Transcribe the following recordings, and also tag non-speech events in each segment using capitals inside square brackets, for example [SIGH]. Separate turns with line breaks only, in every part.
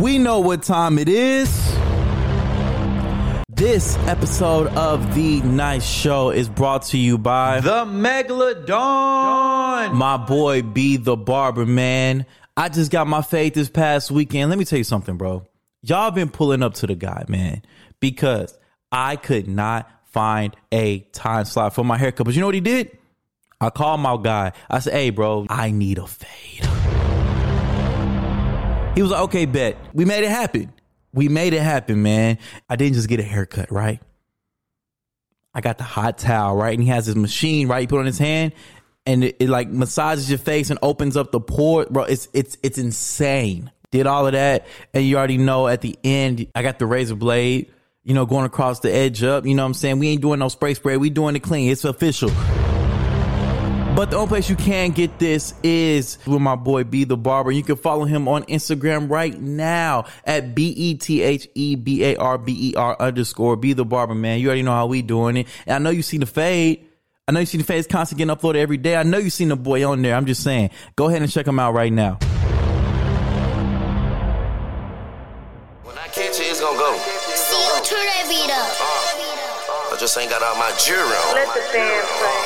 We know what time it is. This episode of The Nice Show is brought to you by
The Megalodon.
my boy B the Barber, man. I just got my fade this past weekend. Let me tell you something, bro. Y'all been pulling up to the guy, man, because I could not find a time slot for my haircut. But you know what he did? I called my guy. I said, hey, bro, I need a fade. He was like, okay, bet. We made it happen. We made it happen, man. I didn't just get a haircut, right? I got the hot towel, right? And he has this machine, right? You put it on his hand and it, it like massages your face and opens up the pore. Bro, it's it's it's insane. Did all of that. And you already know at the end, I got the razor blade, you know, going across the edge up. You know what I'm saying? We ain't doing no spray spray. We doing it clean. It's official. But the only place you can get this is with my boy B the Barber. You can follow him on Instagram right now at B E T H E B A R B E R underscore B the Barber, man. You already know how we doing it. And I know you seen the fade. I know you seen the fade. It's constantly getting uploaded every day. I know you seen the boy on there. I'm just saying. Go ahead and check him out right now.
When I catch it, it's gonna go.
See you turn that beat up.
I just ain't got all my jewelry on.
Let the band play.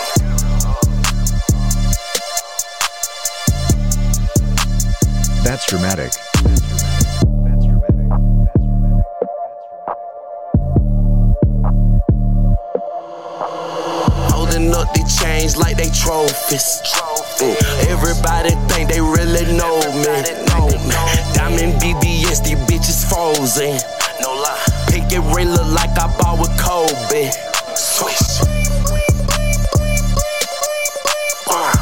That's dramatic.
Holding up the chains like they trophies. Mm. Everybody think they really know me. Diamond BBS, these bitches frozen. No lie. Pinky ring look like I bought with Kobe. Swish. Uh.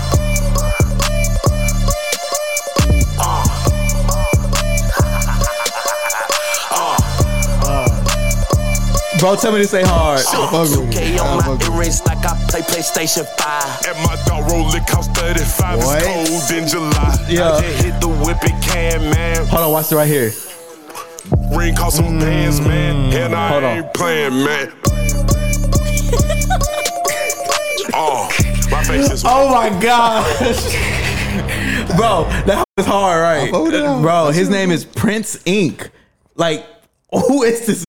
Uh.
Bro, tell me this ain't hard.
fuck with
2K
you.
on
I
my
fuck with you.
earrings like I play PlayStation 5.
And my dog roll it cost 35
What?
It's cold in July
Yeah.
I just hit the whip it can man
Hold on, watch it right here.
Ring cost some pants man And I
Mm. Hold on.
ain't playing man Oh my face is
Oh my gosh. [LAUGHS] Bro, that was hard, right?
Oh, yeah.
Bro, his name is Prince Inc. Like, [LAUGHS] who is this?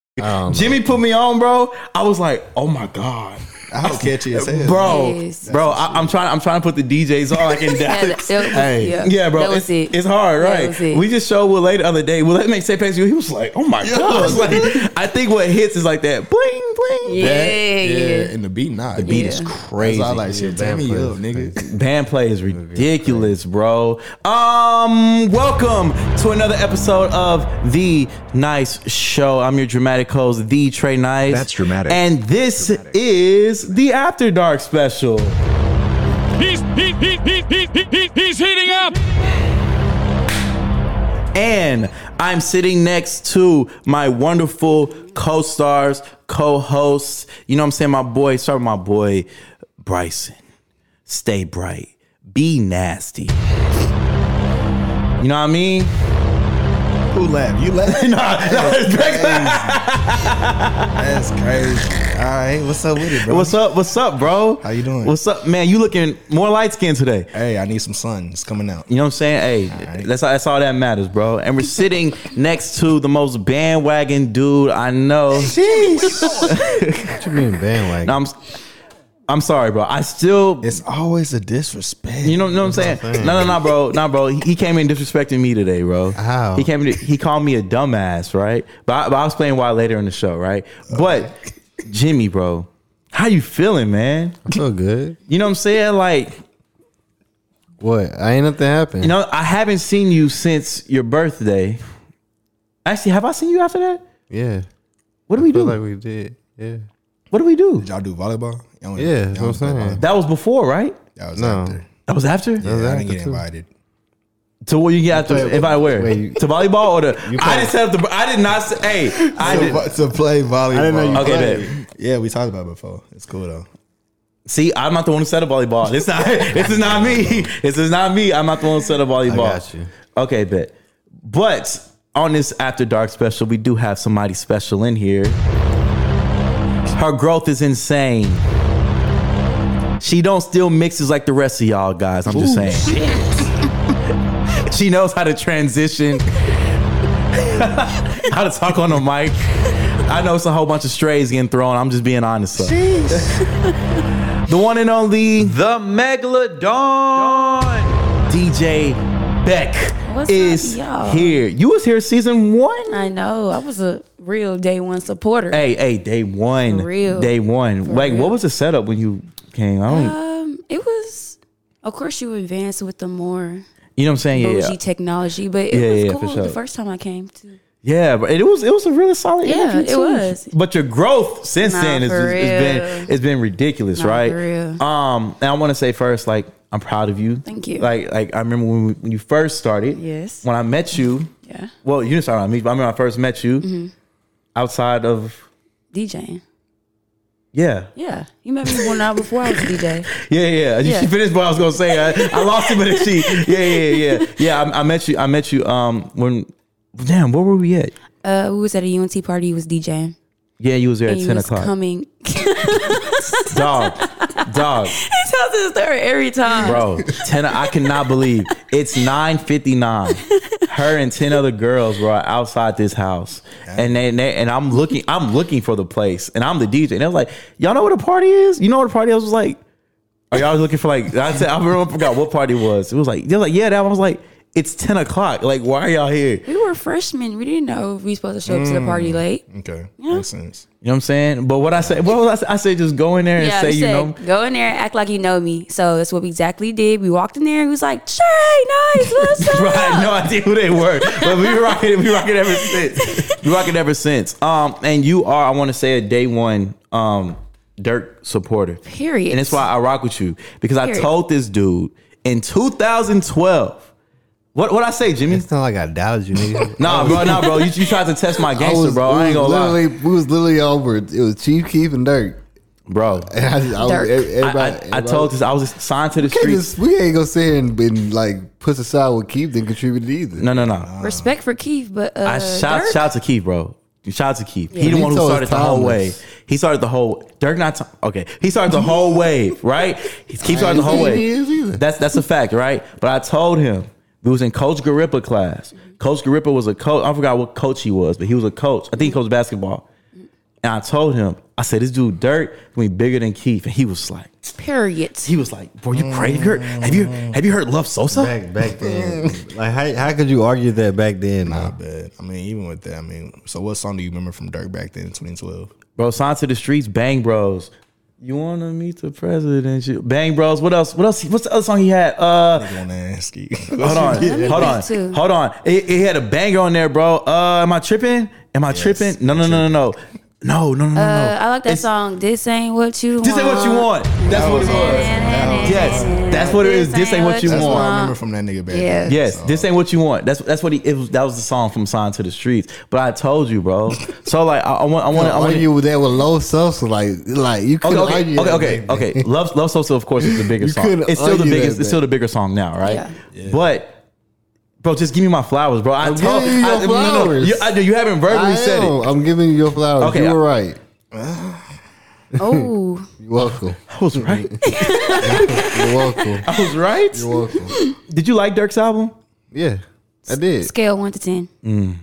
Jimmy put me on, bro. I was like, oh my God.
How catchy is that?
Bro,
Yes.
bro, I, I'm trying. I'm trying to put the DJs on like in
[LAUGHS] Yeah, that-
Dallas.
that was-
Hey.
yeah.
Yeah, bro,
That was
it's,
it.
it's hard,
That
right?
was it.
We just showed Willay the other day. Willay makes same you. He was like, "Oh my god!" [LAUGHS] It's like, I think what hits is like that, bling bling.
Yeah,
yeah.
yeah.
And the beat not. The
beat is
crazy. That's all like shit. Turn me up, nigga.
Band play is ridiculous, bro. Um, welcome to another episode of the Nice Show. I'm your dramatic host, the Trey Nice.
That's dramatic.
And this is the After Dark special.
He's, he, he, he, he, he, he, he's heating up.
And I'm sitting next to my wonderful co-stars, co-hosts. You know what I'm saying? My boy, start with my boy Bryson. Stay bright. Be nasty. You know what I mean?
Who laughed? You [LAUGHS] laughed?
it's
That's crazy. All right, what's up with it, bro?
What's up? What's up, bro?
How you doing?
What's up, man? You looking more light skinned today.
Hey, I need some sun. It's coming out.
You know what I'm saying? Hey,
Alright.
that's all, that's all that matters, bro. And we're
[LAUGHS]
sitting next to the most bandwagon dude I know.
What you mean bandwagon?
I'm, I'm sorry, bro. I still,
it's always a disrespect.
you know, know what I'm saying? No, no, no, bro, no, bro. He, he came in disrespecting me today, bro.
How?
He came in. He called me a dumbass, right? But, I, but I'll explain why later in the show, right? But Jimmy, bro, how you feeling, man?
So good.
You know what I'm saying? Like,
What? I ain't nothing happened.
You know, I haven't seen you since your birthday. Actually, have I seen you after that?
yeah.
What do we do?
Feel like we did. Yeah.
what do we do?
Y'all do volleyball? Y'all don't-
Yeah, that's
y'all don't
what
play
I'm saying.
volleyball?
That was before, right?
That was
No.
after.
That was after.
Yeah, I didn't
after,
get
too.
invited.
So what you get after?
played-
if I wear
wait, you-
to volleyball or the, I
played-
didn't set up the. I did not. Say, hey, I
to,
did.
vo- to play volleyball.
didn't know you
Okay,
played.
babe.
Yeah, we talked about it before. It's cool though.
See, I'm not the one who set up volleyball. This not. [LAUGHS] this is not me. This is not me. I'm not the one who set up volleyball.
got you.
Okay, bet. But on this after dark special, we do have somebody special in here. Her growth is insane. She don't steal mixes like the rest of y'all [LAUGHS] guys. I'm just saying. she knows how to transition [LAUGHS] How to talk on the mic. I know it's a whole bunch of strays getting thrown. I'm just being honest. So. the one and only
The Megalodon.
DJ Beck
What's up,
is
y'all? Uh,
here. You was here season one.
I know. Oh, I was a real day one supporter.
Hey, hey, day one.
For real.
Day one.
For
Like,
real.
what was the setup when you came? I don't.
Um, it was, of course, you advance with the more
you know what I'm saying? Yeah,
bougie
yeah.
technology, but it
Yeah,
was
yeah, for
cool
sure.
the first time I came to.
Yeah, but it was it was a really solid.
Yeah,
interview,
it
too.
was.
But your growth since
Nah,
then has
for
been
real.
it's been ridiculous,
Nah,
right?
for real.
Um, and I want to say first, like I'm proud of you.
Thank you.
Like like I remember when, we, when you first started.
Yes.
When I met you,
Yeah,
well, you didn't start on me, but I remember when I first met you
Mm-hmm.
outside of
DJing.
yeah.
Yeah, you met me one hour before I was a [LAUGHS] DJ.
Yeah, yeah. You
Yeah.
She [LAUGHS] finished what I was gonna say. I, I lost it,
[LAUGHS]
but she. Yeah, yeah, yeah, yeah. I, I met you. I met you. Um, when damn, where were we at?
Uh, we was at a UNT party. You was DJing.
Yeah, you was there at
And you
ten
was
o'clock.
[LAUGHS] coming. he [LAUGHS]
Dog, dog,
tells this story every time.
bro. Ten. I cannot believe it's nine fifty nine. Her and ten other girls were outside this house, and they, and they and I'm looking. I'm looking for the place, and I'm the DJ. And I was like, y'all know what a party is? You know what a party is? Was like, are y'all looking for like? I said I remember I forgot what party it was. It was like they were like, yeah, that one I was like. It's ten o'clock. Like, why are y'all here?
We were freshmen. We didn't know if we supposed to show up to the party late.
Okay, makes sense.
You know what I'm saying? But what I say, what was I say? I say just go in there and
Yeah,
say,
we
you
said,
know,
go in there, and act like you know me. So that's what we exactly did. We walked in there. and We was like, Shay, nice, [LAUGHS] what's
[LAUGHS]
up?
Bro, I had no idea who they were, but
[LAUGHS]
we rocking, we rocking ever since. We rocking ever since. Um, and you are, I want to say, a day one, um, Dirk supporter.
Period.
And that's why I rock with you because I
Period.
told this dude in 2012. What what I say, Jimmy?
It's not like I doubted you, [LAUGHS] nigga.
Nah, bro, nah, bro. You, you tried to test
[LAUGHS]
my gangster, bro. I ain't gonna lie,
literally, We was literally over. It was Chief Keef and Dirk. [LAUGHS]
bro.
And I, just- I was,
Dirk.
every-
I,
everybody,
I, I told this. I was signed to the
Can't
streets.
just- we ain't gonna sit here and been like push aside what Keith didn't contribute either.
No, no, no.
Respect for Keith, but uh,
I shout
Dirk?
shout to Keith, bro. Shout to Keith. He
Yeah.
the one who
Lito is
started the whole wave.
timeless.
He started the whole Dirk not Tom- okay. He started the whole wave, right?
[LAUGHS]
He Keith started the whole
He is
wave.
either.
That's that's a fact, right? But I told him we was in Coach Garippa class. Coach Garippa was a coach. I forgot what coach he was, but he was a coach. I think he coached basketball. And I told him, I said, this dude Dirk gonna be bigger than Keith, and he was like,
Period.
he was like, bro, you crazy? Have you heard- Have you have you heard Love Sosa?
Back back then, [LAUGHS] like how, how could you argue that back then?
Not bad. I mean, even with that, I mean, so what song do you remember from Dirk back then, 2012?
Bro, sign to the streets, Bang Bros. You wanna meet the president? You- Bang Bros. What else? What else? What's the other song he had? Uh,
I want to ask you.
[LAUGHS] hold
[LAUGHS]
on,
Let me
hold
think
on,
too.
hold on. It, it had a banger on there, bro. Uh, am I tripping? Am I tripping? No, no, no, no, no, no, no, no, no. no.
Uh, I like that
It's-
song. This ain't what you.
This ain't what you want. That's what it was. Yes, that's what it is. This ain't what you
That's what
want.
I remember from that nigga back
Yeah.
then.
Yes, this ain't what you want. That's that's what he. It was, that was the song from "Sign to the Streets." But I told you, bro. So like, I, I want, I want, I
I
want
argue with that with low substance, like like you couldn't
okay,
argue.
okay, okay,
that
okay,
back then.
okay. Love, Love Sosa, of course, is the bigger
You
song.
couldn't
It's still the
argue
biggest.
that
It's still the
back.
bigger song now, right?
Yeah.
But. Bro, just give me my flowers, bro. I
I'm
told
giving you
I- no,
your
no,
flowers.
you, I, you haven't verbally
[LAUGHS] I
said
am.
it.
I'm giving you your flowers.
Okay, I-
you were right.
Oh,
You're welcome.
I was [LAUGHS] right.
You're welcome.
[LAUGHS] I was right.
You're welcome.
Did you like Dirk's album?
Yeah, I did.
scale one to ten.
Mm.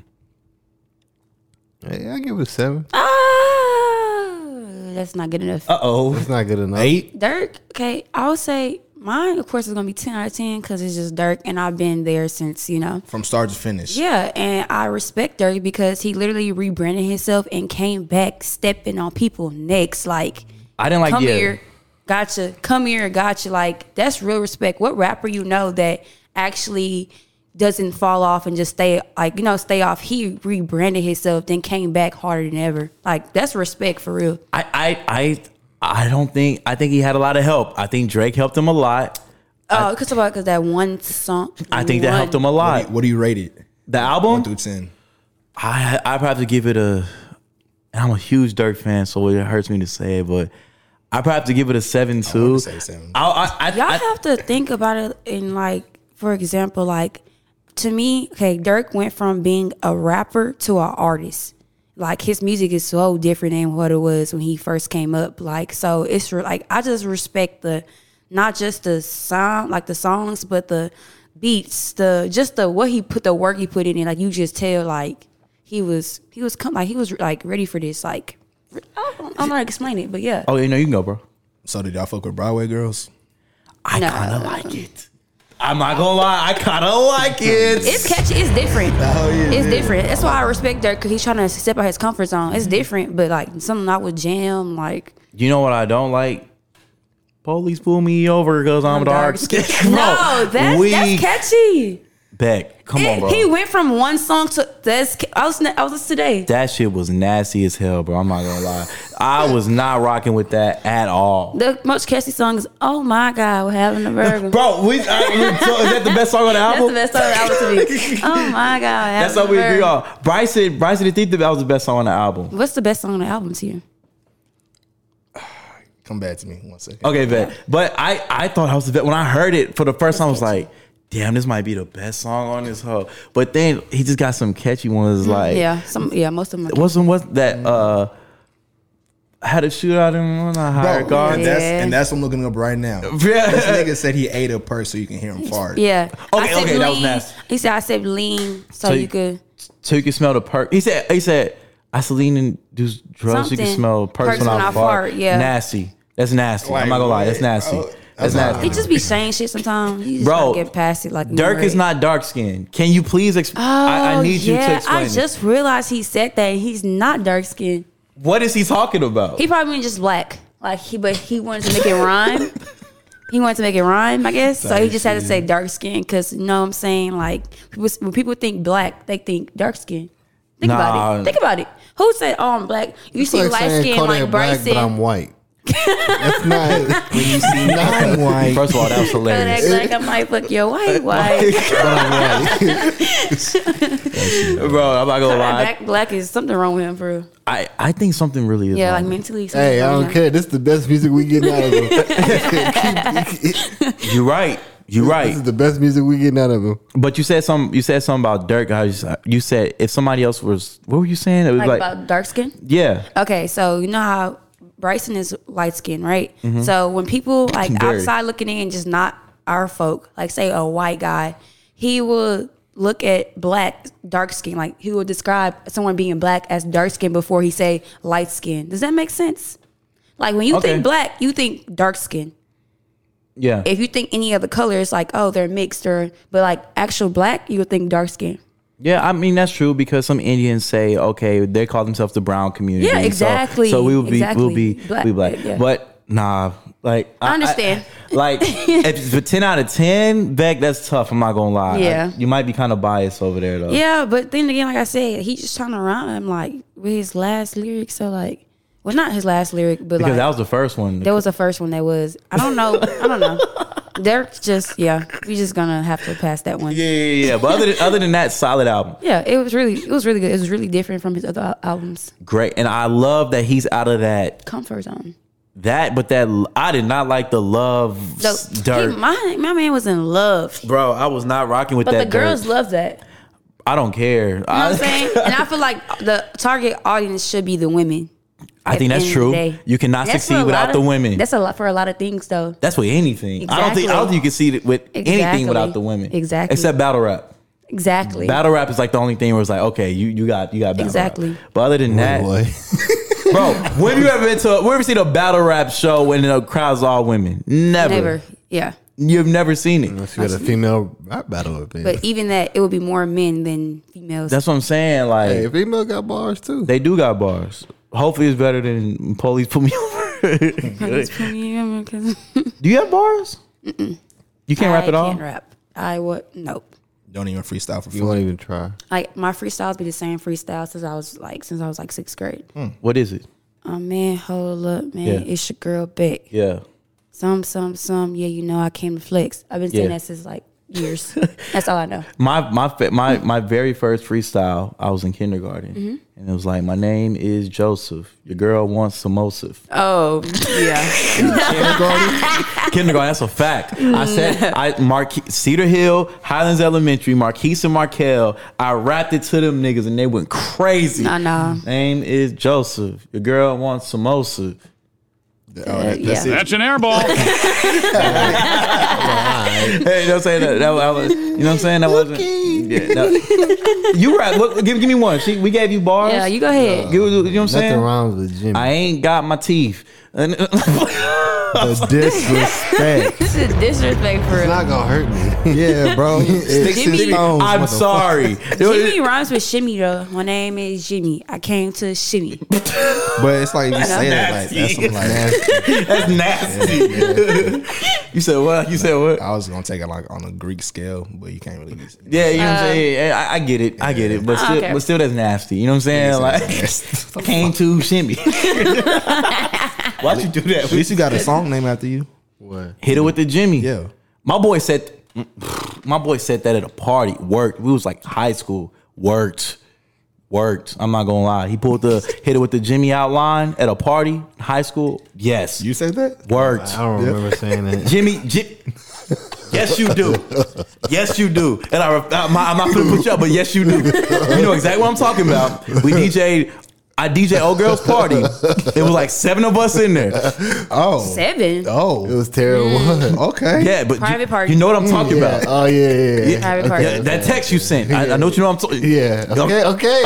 Hey, I give it a seven.
Ah, that's not good enough.
Uh oh.
It's not good enough.
Eight.
Dirk. Okay, I would say mine. Of course, is gonna be ten out of ten because it's just Dirk, and I've been there since you know.
From start to finish.
Yeah, and I respect Dirk because he literally rebranded himself and came back stepping on people next. Like,
I didn't like
come
yeah.
here, gotcha. Come here, gotcha. Like, that's real respect. What rapper you know that actually doesn't fall off and just stay like you know stay off? He rebranded himself, then came back harder than ever. Like, that's respect for real.
I, I I I don't think I think he had a lot of help. I think Drake helped him a lot.
Oh, because about because that one song.
I think that
one-
helped him a
What do
lot.
you- What do you rate it?
The
One
album,
through ten.
I I probably give it a. And I'm a huge Dirk fan, so it hurts me to say it, but I probably have to give it a seven too.
would say seven.
I, I, I,
Y'all
I-
have to think about it in like, for example, like to me, okay, Dirk went from being a rapper to an artist. Like his music is so different than what it was when he first came up. Like so, it's re- like I just respect the not just the sound, like the songs, but the beats, the just the what he put the work he put in, it, like you just tell like he was he was come like he was like ready for this. Like I don't, I'm not explaining it, but yeah.
Oh, you know, you can go, bro.
So did y'all fuck with Broadway girls?
I
No.
kind of like it. I'm not gonna lie, I kind of like it.
It's catchy. It's different.
Oh,
it's different. That's why I respect Dirk because he's trying to step out his comfort zone.
Mm-hmm.
It's different, but like something I would jam. Like
you know what I don't like? Police pull me over because I'm, dark [LAUGHS] skinned.
No, that's that's catchy.
Beck, come on,
It-
bro.
he went from one song to that's. ca- I was I was listening today.
that shit was nasty as hell, bro. I'm not gonna lie. I was not rocking with that at all.
The most catchy song is "Oh My God, We're Having a
[LAUGHS]
Burger."
Bro, we, I, we- so is that the best song on the
that's
album?
the best song ever to
[LAUGHS]
me. Oh my God, we're
That's how
having a
we agree
burger.
on. Bryson, Bryson didn't think that that was the best song on the album.
What's the best song on the album to you?
Come back to me one second.
Okay, bet. But I, I thought I was the best. When I heard it for the first time, I was like, damn, this might be the best song on this hoe. But then he just got some catchy ones like,
Mm, yeah, some yeah, most of them. Are
what's the what's that, uh, had a shootout in one of higher
and,
guard.
that's,
Yeah.
and that's what I'm looking up right
[LAUGHS]
now. This
Yeah.
nigga said he ate a purse so you can hear him fart.
yeah.
Okay,
said
okay, that was
lean.
nasty.
He said I said lean, so,
So
you,
you-
could
So you can smell the perk. He said, he said, Isoline and do drugs, you
Something.
can smell perks, when, I, fart.
yeah.
Nasty. That's nasty. I'm not gonna lie, that's nasty.
Oh,
Like,
that's
bro,
nasty.
He just be saying shit sometimes. You just
Bro,
gotta get past it. Like
Dirk is
ignorant.
not dark skinned. Can you please explain? I, I
Oh,
need you
yeah,
to explain.
I
it.
just realized he said that he's not dark skinned.
what is he talking about?
He probably mean just black. Like he, but he wanted to make it rhyme. he wanted to make it rhyme, I guess. So he just had to say dark skin because you know what I'm saying. Like people, when people think black, they think dark skin. Think about
Nah.
it. Think about it. Who said oh I'm black? You see
It's
light
saying
skin
Kodak
like
Black,
Bryson.
but I'm
[LAUGHS]
white. That's not when you see not white.
First of all, that was
Kodak
hilarious,
Black, I might fuck
[LAUGHS]
your white wife.
But I'm white.
bro. I'm not gonna lie.
Black, black is something wrong with him, bro.
I, I think something really is.
Yeah,
wrong.
like mentally. something
hey, I
wrong
don't
with him.
care. This is the best music we getting out of him.
You're right. You're right.
This is the best music we getting out of him.
But you said some. You said something about Dirk. I just, you said if somebody else was, what were you saying? It was
Like,
like,
about dark skin.
yeah,
Okay, so you know how Bryson is light skinned, right? So when people like
Very.
outside looking in, just not our folk, like say a white guy, he will look at black dark skin, like he will describe someone being black as dark skin before he say light skin. Does that make sense? Like when you
Okay.
think black, you think dark skin.
yeah.
If you think any other color, it's like oh they're mixed or but like actual black, you would think dark skin.
Yeah, I mean that's true because some Indians say, okay, they call themselves the brown community.
Yeah,
So-
exactly,
So, we will be, we'll be,
exactly. Black,
we black.
yeah.
But nah, like I,
understand.
I- [LAUGHS] like if it's for ten out of ten, Beck, that's tough. I'm not gonna lie.
Yeah.
I- you might be kind of biased over there though.
Yeah, but then again, like I said, he just trying to rhyme like with his last lyric. So like, well, not his last lyric, but
because
like
that was the first one.
there was the first one that was. I don't know. I don't
[LAUGHS]
know. They're just yeah. We just gonna have to pass that one.
yeah, yeah, yeah. But other than, other than that, solid album,
Yeah, it was really, it was really good. It was really different from his other al- albums.
great, and I love that he's out of that
Comfort Zone.
that. But that I did not like the love
So
s-
he,
dirt,
my my man was in love,
bro. I was not rocking with
but
that.
the girls
dirt.
love that.
I don't care.
You know what
[LAUGHS]
I'm saying? and I feel like the target audience should be the women.
I think that's true. You cannot succeed without the women.
That's a lot for a lot of things, though.
That's with anything. I don't think I don't think you can see it with
Exactly.
anything without the women.
Exactly.
Except battle rap.
Exactly.
Battle rap is like the only thing where it's like, okay, you, you got you got battle
Exactly.
rap. But other than that,
Boy.
[LAUGHS]
[LAUGHS]
bro, when have you ever been to a, when have you seen a battle rap show when the crowd's all women? Never.
Never. Yeah.
You've never seen it.
Unless you got a female rap battle up in.
But e- even that, it would be more men than females.
That's what I'm saying. Like
Hey, female got bars too.
they do got bars. Hopefully it's better than police put me [LAUGHS] over. do you have bars? You can't rap
I
at all?
Can't rap. I would nope.
Don't even freestyle for
you
fun.
won't even try.
Like my freestyles be the same freestyle since I was like since I was like sixth grade.
What is it?
Oh man, hold up, man,
Yeah.
it's your girl Beck.
Yeah.
Some, some, some. Yeah, you know I came to flex. I've been saying
Yeah.
that since like years. That's all I know.
my my fa- my my very first freestyle, I was in kindergarten,
Mm-hmm.
and it was like, "My name is Joseph. Your girl wants samosif."
[LAUGHS] Oh yeah,
[LAUGHS] kindergarten, that's a fact. I said, I Marque- Cedar Hill, Highlands Elementary, Marquise and Markel. I rapped it to them niggas, and they went crazy.
I know.
Name is Joseph. Your girl wants samosa.
All right, that's
yeah.
it.
That's an airball.
Hey, [LAUGHS] you know what I'm saying? That, that, was, you know what I'm saying? That wasn't. Yeah, that- you right. Look, give, give me one. She, we gave you bars.
Yeah, you go ahead.
Give- you know what I'm
Nothing
saying?
wrong with Jimmy. [LAUGHS]
I ain't got my teeth. And- [LAUGHS]
the disrespect.
This is disrespect for
it's
real.
not gonna hurt me.
Yeah,
[LAUGHS]
bro.
Sticks and
Jimmy-
stones,
I'm
motherfucker.
sorry.
Jimmy rhymes with shimmy though. My name is Jimmy. I came to shimmy.
But it's like if you say that, like that's
Nasty. [LAUGHS]
some, like
[LAUGHS] That's nasty. [LAUGHS] you said what? You said what?
I was gonna take it like on a Greek scale, but you can't really. Just,
Yeah, you know what I'm saying. I, I get it, I get it, but
I don't
still,
care.
but still, that's nasty. You know what I'm saying?
[LAUGHS]
Like, [LAUGHS] came to shimmy. Why'd you do
At
that?
least you got a song name after you.
What?
Hit it with the Jimmy.
Yeah.
my boy said, my boy said that at a party. Worked. We was like high school. Worked, worked. I'm not gonna lie. He pulled
[LAUGHS]
the hit it with the Jimmy outline at a party. High school. Yes,
You said that?
worked.
I don't remember saying that.
Jimmy, Ji- yes you do, yes you do, and I, I'm not, I'm not gonna put you up, but yes you do. You know exactly what I'm talking about. We DJed, I DJ old girls party. It was like seven of us in there.
Oh,
Seven.
It
oh,
was terrible.
Mm.
[LAUGHS]
okay.
Yeah, but
Private
you,
party.
You know what I'm talking
Yeah.
about.
Oh yeah, yeah, yeah.
Private party.
Yeah, that text you sent. I, I know what you know. I'm talking.
Yeah.
[LAUGHS]
Okay. Okay.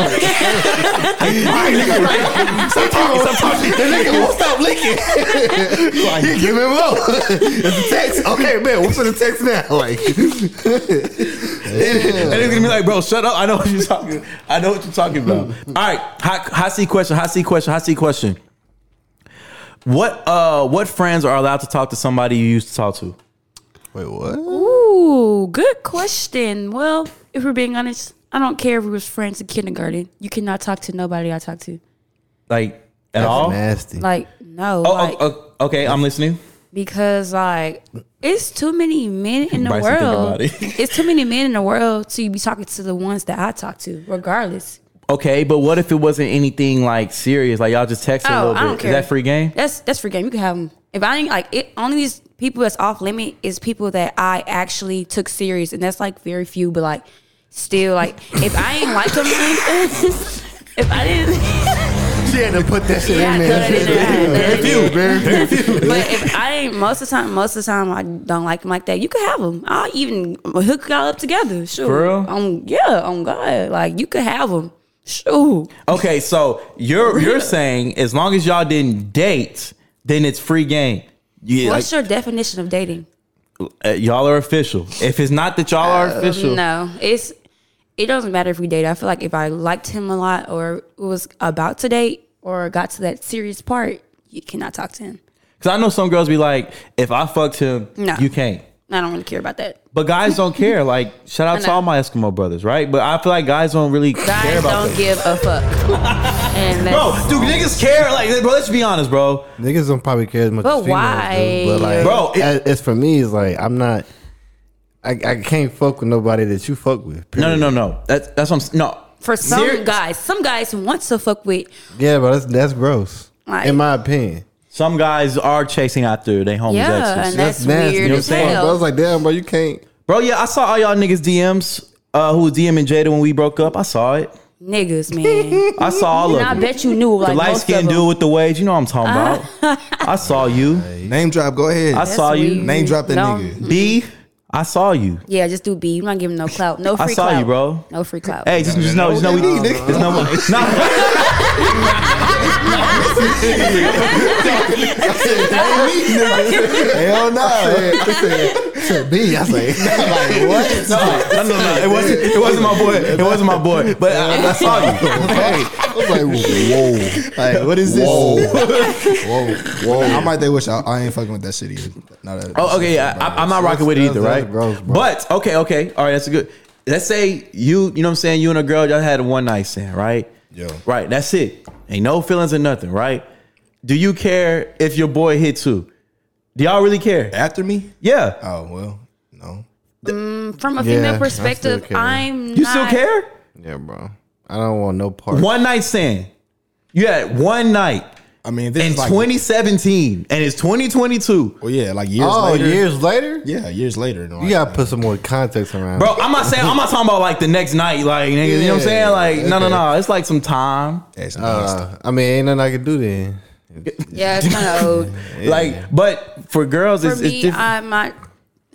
Stop talking. Stop talking.
the nigga won't stop licking. like, give him up. [LAUGHS] it's a text. Okay, man. What's in the text now? [LAUGHS] Like,
And it's gonna be like, bro, shut up. I know what you're talking. I know what you're talking about. All right, hot, hot seat question. Hot seat question. Hot seat question. What uh, what friends are allowed to talk to somebody you used to talk to?
Wait, what?
Ooh, good question. Well, if we're being honest, I don't care if we was friends in kindergarten. You cannot talk to nobody I talk to.
Like at all?
nasty.
Like, no.
Oh,
like,
oh, oh, okay, I'm listening.
because like it's too many men in the
Bryson, think
world.
about it.
it's too many men in
[LAUGHS]
the world to be talking to the ones that I talk to, regardless.
Okay, but what if it wasn't anything like serious? Like y'all just texted a
Oh,
little
I
bit.
don't care.
Is that free game?
That's that's free game. You can have them. If I ain't like it, only these people that's off limit is people that I actually took serious, and that's like very few. But like, still, like if I ain't like them, [LAUGHS] if I didn't. [LAUGHS]
She had to put that shit
Yeah, I
in
thought it
there.
did.
Very few.
But if I ain't most of the time, most of the time I don't like them like that. You could have them. I'll even hook y'all up together. Sure.
For real?
On yeah, on God, like you could have them. Sure.
Okay, so you're you're saying as long as y'all didn't date, then it's free game. Yeah,
What's
like,
your definition of dating?
uh, y'all are official. If it's not that y'all are official,
Uh, No, it's it doesn't matter if we date. I feel like if I liked him a lot or was about to date or got to that serious part, you cannot talk to him.
because I know some girls be like, if I fucked him,
No.
you can't.
I don't really care about that.
But guys
[LAUGHS]
don't care. Like shout out
I
to all
know.
my Eskimo brothers, right? But I feel like guys don't really care
Guys
about that.
don't give a
[LAUGHS]
fuck. and
Bro,
that's,
dude, niggas care. Like, bro, let's be honest, bro.
Niggas don't probably care as much.
But
as females do,
why?
But like,
Bro,
bro,
it-
as, as for me, it's like I'm not. I, I can't fuck with nobody that you fuck with.
No, no,
period.
no, no. That's that's what I'm. s- No,
for some
Ser-
guys, some guys want to fuck with
Yeah, but that's that's gross.
Like-
in my opinion,
Some guys are chasing after their homies
yeah,
exes.
and that's,
nasty.
weird
You know
as
what I'm saying? But I
hell.
was like, damn, bro, you can't.
Bro, yeah, I saw all y'all niggas DMs. Uh, who was DMing Jada when we broke up? I saw it.
Niggas,
[LAUGHS]
man.
I saw all
and I
of them.
bet you knew like
The light skinned dude with the waves. You know what I'm talking about. I saw you.
Name drop. Go ahead.
I saw you.
Name drop that nigga.
B. I saw you.
Yeah, just do B. I'm not giving no clout. No free
I saw
clout.
you, bro.
No free clout.
Hey, just, just know, just know we. There's no more. Nah,
Hell no. I [LAUGHS] said B.
[LAUGHS]
I [LAUGHS] said, like what?
no, no, no, It wasn't. It wasn't my boy. It wasn't my boy. But I, I saw you.
[LAUGHS] Hey, I was like, whoa.
[LAUGHS] Like, what is this?
whoa, whoa.
I might they wish I, I ain't fucking with that shit either. Not that-
Oh, okay. Yeah, I, I'm not rocking with it either,
That's-
right?
that's gross, bro.
But okay, okay, all right. That's a good. Let's say you, you know, what I'm saying you and a girl y'all had a one night stand, right?
Yo.
Right. That's it. Ain't no feelings or nothing, right? Do you care if your boy hits who? Do y'all really care?
After me?
Yeah.
Oh well, no.
From a female
Yeah, I still
perspective,
care.
I'm
You still care?
Yeah, bro. I don't want no part.
One night stand. You had one night
I mean, this
in
is like
2017, and it's 2022.
Well, yeah, like years
Oh,
later.
years later?
Yeah, years later.
You gotta put some more context around.
Bro, I'm not saying I'm not talking about like the next night, like nigga, you know what I'm
Yeah,
saying? Like, no, no,
okay.
no. It's like some time. [LAUGHS]
That's
Uh, I mean, ain't nothing I can do then.
Yeah, it's kind of old.
Like, but for girls,
For
it's, it's
me, uh,
different.
I'm not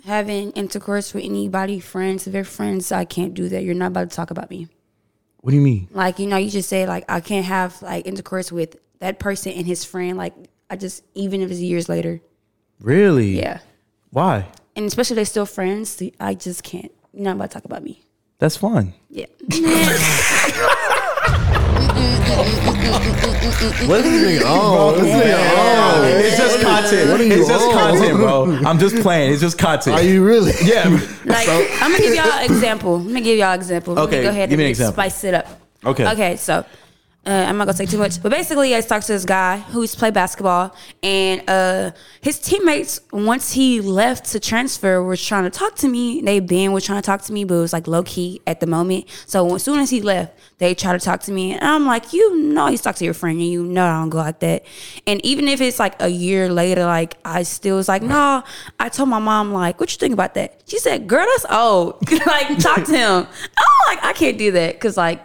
having intercourse with anybody, friends. If they're friends, I can't do that. You're not about to talk about me.
what do you mean?
Like, you know, you just say, like, I can't have, like, intercourse with that person and his friend. Like, I just, even if it's years later.
Really?
Yeah.
Why?
And especially if they're still friends, I just can't. You're not about to talk
[LAUGHS]
about me.
That's fun. [LAUGHS]
Yeah.
What is this nigga on? What is this nigga on?
It's just content.
What are you
it's just
on?
content, bro. I'm just playing. It's just content.
Are you really? [LAUGHS]
yeah.
Like, I'm gonna give y'all an example. Let me give y'all an example. Let me
Okay,
go ahead
give
and
me an example.
spice it up.
Okay.
Okay, so uh, I'm not gonna say too much, but basically, I just talked to this guy who used to play basketball, and uh, his teammates, once he left to transfer, were trying to talk to me. They been were trying to talk to me, but it was like low key at the moment. So as soon as he left, they tried to talk to me, and I'm like, you know, you talk to your friend, and you know, I don't go like that. And even if it's like a year later, like I still was like, no, I told my mom like, what you think about that? She said, girl, that's old. [LAUGHS] like talk to him. I'm like, I can't do that because like.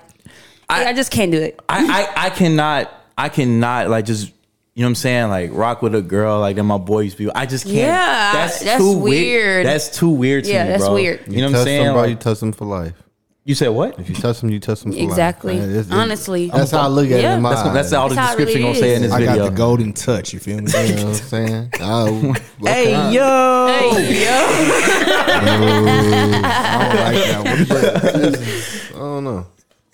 I, I just can't do it.
I, I I cannot I cannot like just you know what I'm saying like rock with a girl like that my boy used to be. I just can't.
Yeah, that's
wei-
weird.
That's too weird to
Yeah,
me,
that's
bro.
weird.
You know what I'm
touch
saying?
Somebody, you
Like,
touch them for life.
you said what?
If you touch them, you touch them for
Exactly.
life. man. It's- it's-
Honestly.
that's how I look at it
Yeah.
in my
That's
eyes.
that's all the
That's how it
description
really
gonna say in this
is.
I got
video.
the golden touch. You feel me?
[LAUGHS] You know what
[LAUGHS]
I'm saying? I,
Hey yo,
Hey, yo.
I don't like that one. But I don't know.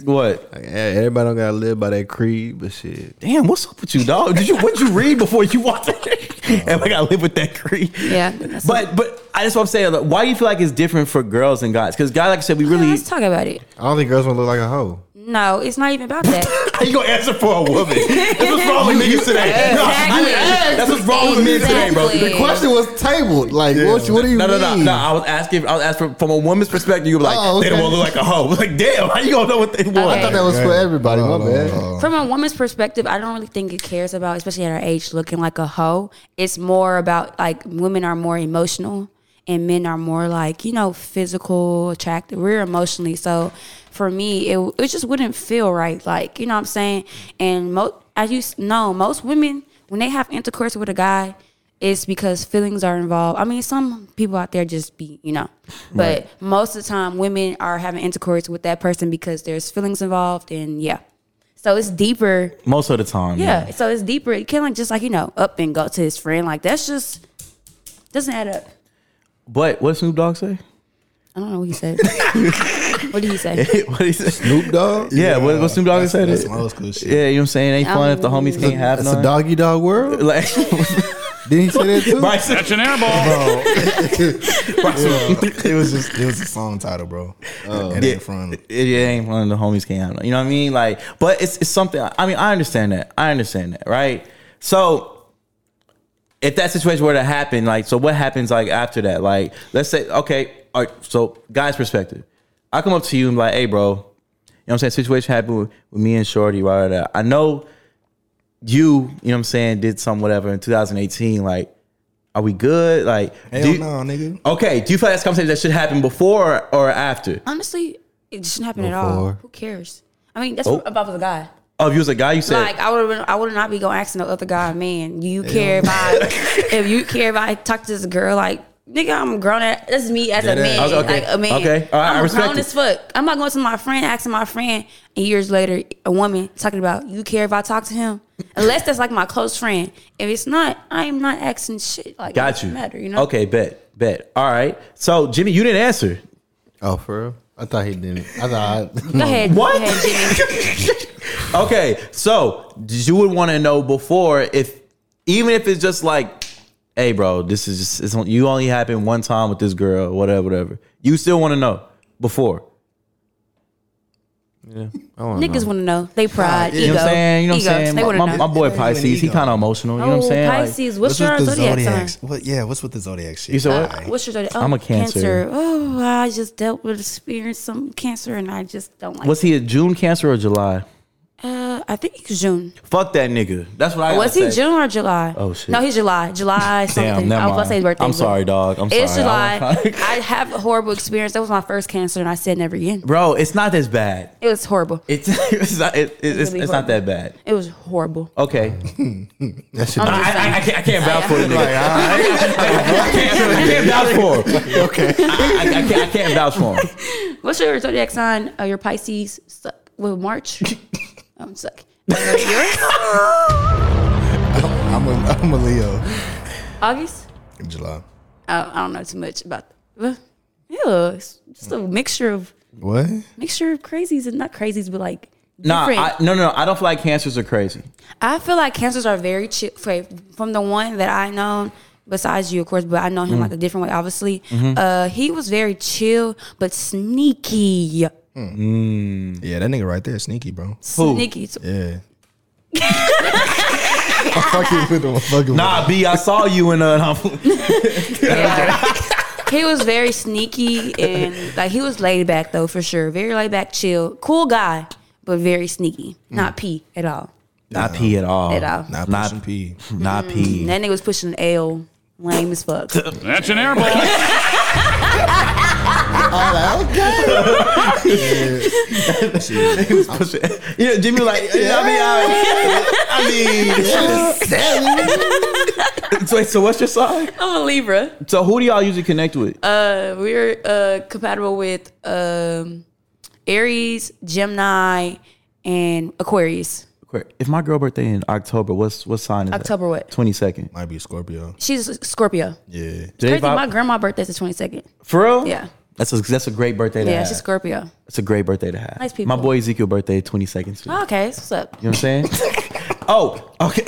what?
Like, e- everybody don't gotta live by that creed, but shit.
Damn, what's up with you, dog? Did you what would you read before you walked in? [LAUGHS] and I gotta live with that creed.
Yeah, that's
but but I just what I'm saying. Like, why do you feel like it's different for girls and guys? Because guys, like I said, we really.
Let's talk about it.
I don't think girls wanna look like a hoe.
No, it's not even about that.
How [LAUGHS] you gonna answer for a woman? That's what's wrong with niggas today. No, I
Exactly.
didn't ask. That's what's wrong with men today, bro.
Exactly.
The question was tabled. Like, what, you- what do you
no,
mean?
No, no, no. I was asking. I was asking from a woman's perspective. You were like,
Oh,
they don't
okay.
want to look like a hoe. [LAUGHS] I was like, damn, how you gonna know what they want?
I thought that was for everybody. My bad.
Oh. uh,
From a woman's perspective, I don't really think it cares about, especially at our age, looking like a hoe. It's more about like women are more emotional and men are more like, you know, physical, attractive. We're emotionally. So for me, it, it just wouldn't feel right. Like, you know what I'm saying? And mo- as you s- know, most women, when they have intercourse with a guy, it's because feelings are involved. I mean, some people out there just be, you know, but most of the time, women are having intercourse with that person because there's feelings involved, and yeah, so it's deeper.
Most of the time,
Yeah, so it's deeper. You can't like just like you know up and go to his friend like that's just doesn't add up.
But what did Snoop Dogg say?
I don't know what he [LAUGHS] said. what did he say?
[LAUGHS] what he say?
Snoop Dogg?
Yeah, what, what Snoop Dogg
That's-
said?
uh, that's
it?
some old school shit.
Yeah, you know what I'm saying? Ain't fun if the homies can't have
It's a
none.
doggy dog
[LAUGHS]
world?
Like,
Didn't he say that too?
Bryson,
That's an air
[LAUGHS]
ball.
[LAUGHS] it was just it was a song title, bro.
Uh,
it ain't from
it, it ain't fun if the homies can't have none. You know what I mean? Like, but it's it's something. I mean, I understand that. I understand that, right? So. If that situation were to happen, like, so what happens like after that? Like, let's say, okay, all right, so guy's perspective. I come up to you and be like, hey, bro, You know what I'm saying? Situation happened with, with me and Shorty, right? I know you, you know what I'm saying, did some whatever in 2018. Like, are we good? Like,
Hell
do you-
no, nigga.
Okay, do you feel like that's conversation that should happen before or, or after?
Honestly, it shouldn't happen at all.
Before.
Who cares? I mean, that's
Oh.
about the guy.
Oh, if you was a guy, you said,
Like I would, I would not be gonna ask no other guy, man. Do you care if
[LAUGHS]
I, if you care if I talk to this girl? Like, nigga, I'm grown. At, this is me as a
Dead
man,
ass.
Okay,
like a man.
okay. All right, I
I'm
respect
grown
it.
as fuck. I'm not going to my friend asking my friend, and years later, a woman talking about you care if I talk to him, unless that's like my close friend. If it's not, I am not asking shit. Like, it
got
doesn't
you.
Matter, you know?
Okay, bet, bet. All right. So, Jimmy, you didn't answer.
Oh, for real? I thought he didn't. I thought I,
Go ahead.
What?
Go ahead, Jimmy.
Okay, so you would want to know before if, even if it's just like, hey, bro, this is just, it's, on- you only happened one time with this girl, whatever, whatever. You still want to know before.
I wanna
Niggas
know.
want to know. They pride,
You know
ego,
what I'm saying? You know what I'm
egos.
saying?
They
My,
want to
my,
know.
my boy
It's not even
Pisces, he
ego.
kind of emotional. You know what I'm
Oh,
saying? Like,
Pisces, what's your
with the
zodiac sign?
zodiacs? What, yeah, what's with the zodiac shit?
You said what?
Alright.
What's your zodiac? Oh,
I'm a Cancer.
Oh, I just dealt with experience some cancer, and I just don't like.
was he a June Cancer or July?
Uh, I think it's June.
Fuck that nigga. That's what I
Was
gotta
he
say.
June or July?
Oh, shit.
No, he's July. July
[LAUGHS]
something.
Damn, never
I was about to
mind.
say his birthday.
I'm
but-
sorry, dog. [LAUGHS] I'm
It's
sorry. I
July.
was like-
I have a horrible experience. That was my first cancer, and I said never again.
Bro, it's not this bad.
It was horrible.
It's [LAUGHS] it's not, it, it- it's,
Really
it's not that bad.
It was horrible.
Okay,
That shit.
I'm
[LAUGHS]
just
I, I, I can't, I can't vouch for the nigga.
like, all right.
[LAUGHS] I can't, I can't vouch for [LAUGHS] him.
Okay.
I, I, I can't, I can't vouch for him.
What's your zodiac sign? Uh, your Pisces suck.
[LAUGHS]
Well, March. I'm suck. Uh, yours?
I'm a, I'm a Leo.
August?
In July.
Uh, I don't know too much about. Well, yeah, it's just a mixture of
What?
mixture of crazies and not crazies, but like
Nah,
different.
I, no, no, no. I don't feel like cancers are crazy.
I feel like cancers are very chill. fra- From the one that I know, besides you, of course, but I know him
Mm-hmm.
like a different way. Obviously, uh, he was very chill but sneaky.
Yeah, that nigga right there, sneaky, bro.
Sneaky.
[LAUGHS]
So- [LAUGHS]
Yeah. [LAUGHS] I'm fucking with him. I'm fucking
Nah, B, I saw you in uh, [LAUGHS]
he was very sneaky and like he was laid back though for sure. Very laid back, chill, cool guy, but very sneaky. Not P at all.
not P at all.
At all.
with him. Not
Mm. Oh, Nah.
pushing P.
Not P.
That nigga was pushing an L. Lame as
[LAUGHS]
fuck.
That's an airball.
[LAUGHS] You know, Jimmy like, you know what I [LAUGHS] mean, I, I mean. so, [LAUGHS] wait, so what's your sign?
I'm a Libra.
So who do y'all usually connect with?
Uh, we're uh compatible with um Aries, Gemini, and Aquarius.
Quick, if my girl birthday in October, what's what sign is
October what?
Twenty second.
Might be a Scorpio.
She's a Scorpio.
Yeah.
Crazy. My grandma birthday's the twenty second.
For real?
Yeah.
That's a that's a great birthday to
Yeah,
have.
she's Scorpio.
it's a great birthday to have.
Nice people.
My boy Ezekiel birthday twenty seconds. too. You know
Oh, Okay, what's up?
what I'm saying?
[LAUGHS]
oh, okay.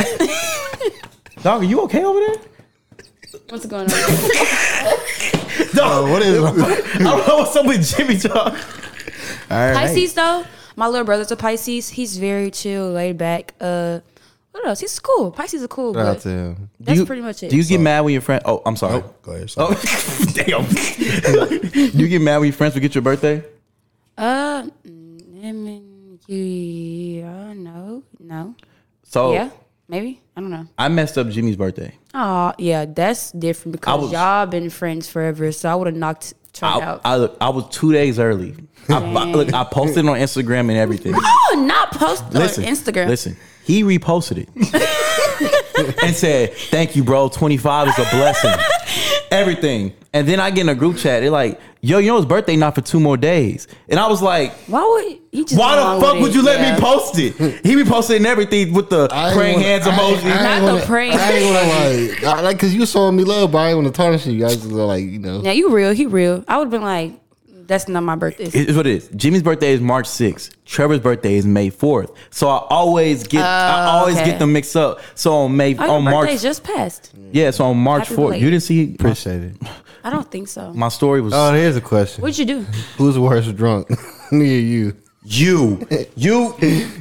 [LAUGHS] Dog, are you okay over [LAUGHS] there?
What's going on?
Oh,
Dog,
What is
[LAUGHS] I don't know what's up with Jimmy, dog.
Pisces though, my little brother's a Pisces. He's very chill, laid back. Uh, what else? He's cool. Pisces are cool,
Shout out
but
to him.
that's
You-
pretty much it.
Do you get mad when your friend? Oh, I'm sorry.
Go ahead.
Oh, [LAUGHS] damn. Do you get mad when your friends forget your birthday?
uh, mm, I mean, you, I don't know. No.
So
Yeah. Maybe. I don't know.
I messed up Jimmy's birthday.
Oh, yeah, that's different because
was-
y'all been friends forever, so I would have knocked tried
I,
out.
I, look, I was two days early. I, I, look, I posted on Instagram and everything.
oh, not post
Listen,
on Instagram.
Listen, he reposted it [LAUGHS] and said, "Thank you, bro. Twenty five is a
[LAUGHS]
blessing. Everything." And then I get in a group chat. They're like, "Yo, you know his birthday not for two more days." And I was like,
Why would you just? go
Why
along
the fuck
with
would
it?
you let
Yeah.
me post
[LAUGHS]
it? He be posting everything with the
I ain't
praying
wanna-
hands
I ain't-
emoji.
I ain't
Not the
wanna-
praying.
I ain't gonna like, I, like, cause you showing me love, but I ain't wanna tarnish you. I just was like, you know,
Yeah, you real. He real. I would have been like, that's not my birthday.
It is what it is. Jimmy's birthday is March 6th. Trevor's birthday is May 4th. So I always get I
Oh,
always
okay.
get them mixed up. So on May
Oh, your
on
birthday
March
just passed.
Yeah, so on March
Happy
4th. You didn't see my,
appreciate it.
I don't think so.
my story was
Oh, here's a question:
What'd
[LAUGHS]
you do?
Who's worse drunk, [LAUGHS] me or you?
you.
[LAUGHS]
You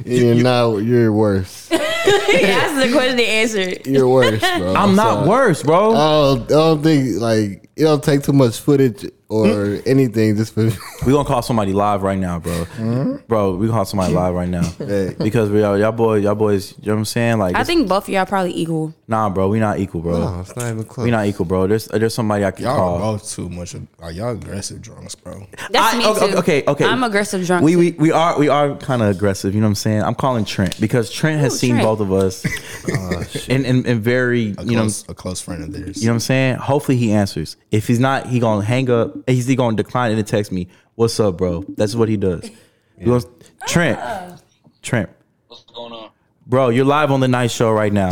You're not. You're worse.
he asked the question, the answer.
You're worse, bro.
I'm not
sorry.
worse, bro.
Uh,
I don't, I don't think like it don't take too much footage
Hmm?
or anything just for
we gonna call somebody live right now, bro.
Mm-hmm.
Bro, we gonna call somebody live right
[LAUGHS]
now.
Hey.
because we are y'all boy, y'all boys, you know what I'm saying? Like
I
it's-
think both of y'all probably equal.
nah, bro, we not equal, bro.
No, it's not even close.
We not equal, bro. There's uh, there's somebody I can
Y'all
call.
are both too much. Of, like, y'all aggressive drunks, bro.
That's
I-
me
okay,
too.
okay, okay.
I'm aggressive drunk.
We,
[LAUGHS] too.
we we are we are kind of aggressive. You know what I'm saying? I'm calling Trent because Trent has
Ooh,
seen
Trent.
both of
[LAUGHS]
us,
Oh,
and, and and very
A
you know.
close, a close friend of theirs.
You know what I'm saying? Hopefully he answers. If he's not, he gonna hang up. He's he gonna decline it and text me. What's up, bro? That's what he does. You know, Trent, Trent,
What's going on?
bro, you're live on the night show right now.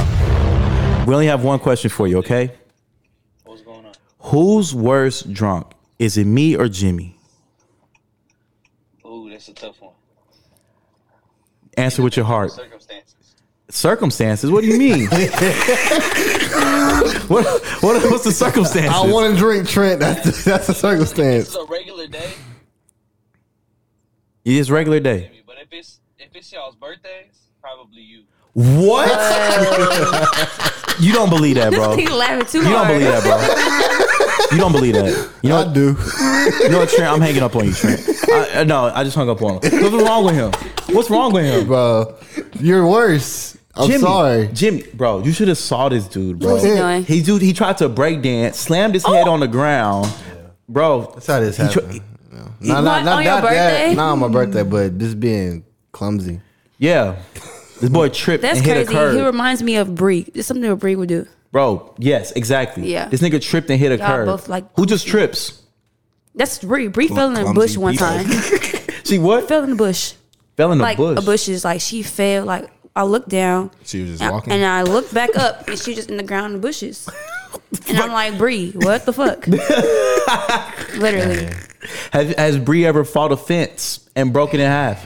We only have one question for you, okay?
What's going on?
Who's worse drunk? Is it me or Jimmy?
Ooh, that's a tough one.
Answer with your heart.
Circumstances.
Circumstances? What do you mean? [LAUGHS] what, what what's the circumstances?
I want to drink Trent. That's [LAUGHS] that's a
It's
circumstance.
a regular day,
it's regular day.
but if it's if it's y'all's birthdays, probably you.
What? you don't believe that, bro. [LAUGHS]
he
You
laughing too
don't
hard.
believe that, bro. You don't believe that. You know
I
what?
do.
You know what, Trent? I'm hanging up on you, Trent. I, I, no, I just hung up on him. What's wrong with him? What's wrong with him?
Bro, you're worse. I'm
Jimmy,
sorry.
Jimmy, bro, you should have saw this dude, bro.
What's he doing?
He dude, he tried to break dance, slammed his
Oh.
head on the ground, bro.
That's how this
he tr-
happened. No, not,
What, on your birthday?
that. Not on my birthday, but just being
[LAUGHS]
clumsy.
yeah, this boy tripped
That's
and hit a
crazy.
curb,
He reminds me of Bree. There's something that Bree would do.
bro. Yes, exactly.
Yeah.
this nigga tripped and hit a
Y'all
curb.
both like-
Who just trips?
That's Bree. Bree fell in a
clumsy
bush one
people.
time.
[LAUGHS]
[LAUGHS]
See what?
fell in the bush.
Fell in the
like
bush.
a bush is like she fell. Like I looked down.
She was just
and-
walking.
And I looked back up and she just in the ground in
[LAUGHS]
the bushes. And I'm like, Bree, what the fuck? Literally.
Have, has Bree ever fought a fence and broken it in half?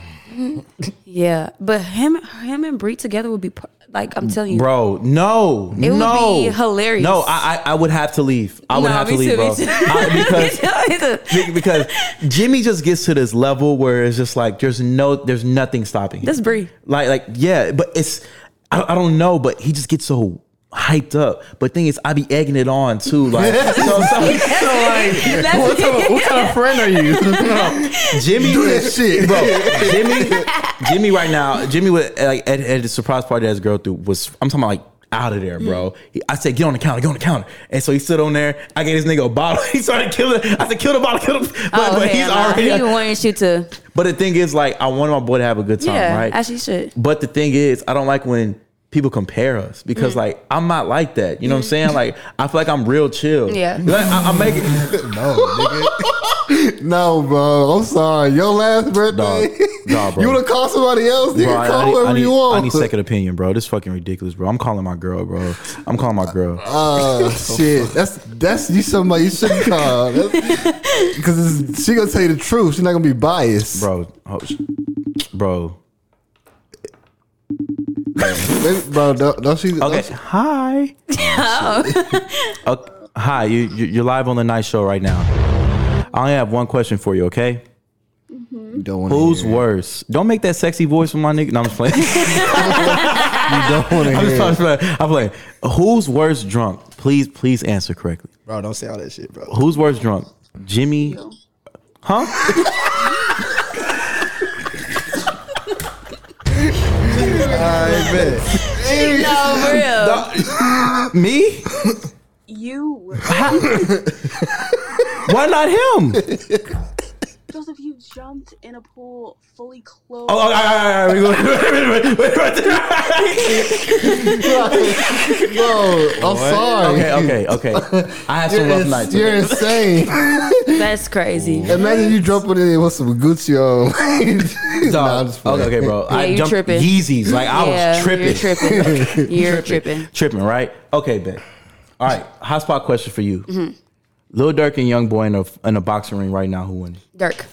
Yeah. But him him and Bree together would be par- like I'm telling you. [LAUGHS]
Bro, no,
It would
no,
be hilarious.
No, I, I, I would have to leave. I would
Nah,
have
me
to leave,
too,
bro.
me too.
I- because
Me too,
[LAUGHS]
me too. [LAUGHS]
because Jimmy just gets to this level where it's just like there's no there's nothing stopping. him.
That's Bree.
Like like yeah, but it's I, don't- I don't know, but he just gets so hyped up. But thing is, I be egging it on too.
[LAUGHS]
Like so, so, so like
That's-
What kind, of, what kind of friend are you?
Jimmy
Do that
is-
shit.
bro. Jimmy, Jimmy, right now, Jimmy was like at, at the surprise party that his girl threw was. I'm talking about like out of there,
Mm.
bro. He, I said, get on the counter, get on the counter. And so he stood on there. I gave this nigga a bottle. [LAUGHS] He started killing. I said, kill the bottle, kill him. But,
oh,
but
hell
he's
no.
already.
He wanted you to.
[LAUGHS] But the thing is, like, I want my boy to have a good time,
Yeah,
right?
as he should.
[LAUGHS] But the thing is, I don't like when people compare us because,
Mm.
like, I'm not like that. You know what I'm saying? Like, I feel like I'm real chill.
Yeah.
Like, I, I'm making.
[LAUGHS] no, bro. I'm sorry. Your last
Dog.
birthday.
Dog, bro.
[LAUGHS] You want to call somebody else? You
Bro,
can call
I, I, need,
whoever
I, need,
you want.
I need
[LAUGHS]
second opinion, bro. This fucking ridiculous, bro. I'm calling my girl, bro. I'm calling my girl.
Uh, shit. That's that's you somebody you shouldn't
[LAUGHS]
call because she gonna tell you the truth. She's not gonna be biased.
bro, oh, sh- bro.
Maybe- bro don't, don't she? don't
Okay.
she- [LAUGHS]
Hi. okay. Hi. You, you, you're live on the night show right now. I only have one question for you, okay?
don't want
Who's
hear.
worse? Don't make that sexy voice with my nigga. No, I'm just playing. [LAUGHS]
You don't want to
I'm
hear.
just playing. I'm playing. Who's worse drunk? Please, please answer correctly.
Bro, don't say all that shit, bro.
Who's worse drunk? Jimmy. Huh?
I bet.
No, for real.
Me?
You,
Why not him?
Joseph, you jumped in a pool fully clothed.
Oh, all right, all right, all right, wait, wait, wait, wait, wait, wait.
Bro, I'm sorry.
Okay, okay, okay. I had some
You're,
rough
ins-
nights.
you're
okay?
insane.
That's crazy.
Imagine you jumping in with some Gucci on. [LAUGHS] Nah, I'm
Dog.
just playing.
okay, okay, bro. I
you
jumped
tripping.
Yeezys. Like I
yeah,
was tripping.
You're
[LAUGHS]
tripping. You're tripping.
Tripping, right? Okay, bet. All right, hotspot question for you.
Mm-hmm.
Lil Durk and Young Boy in a in a boxing ring right now. Who won?
Dirk.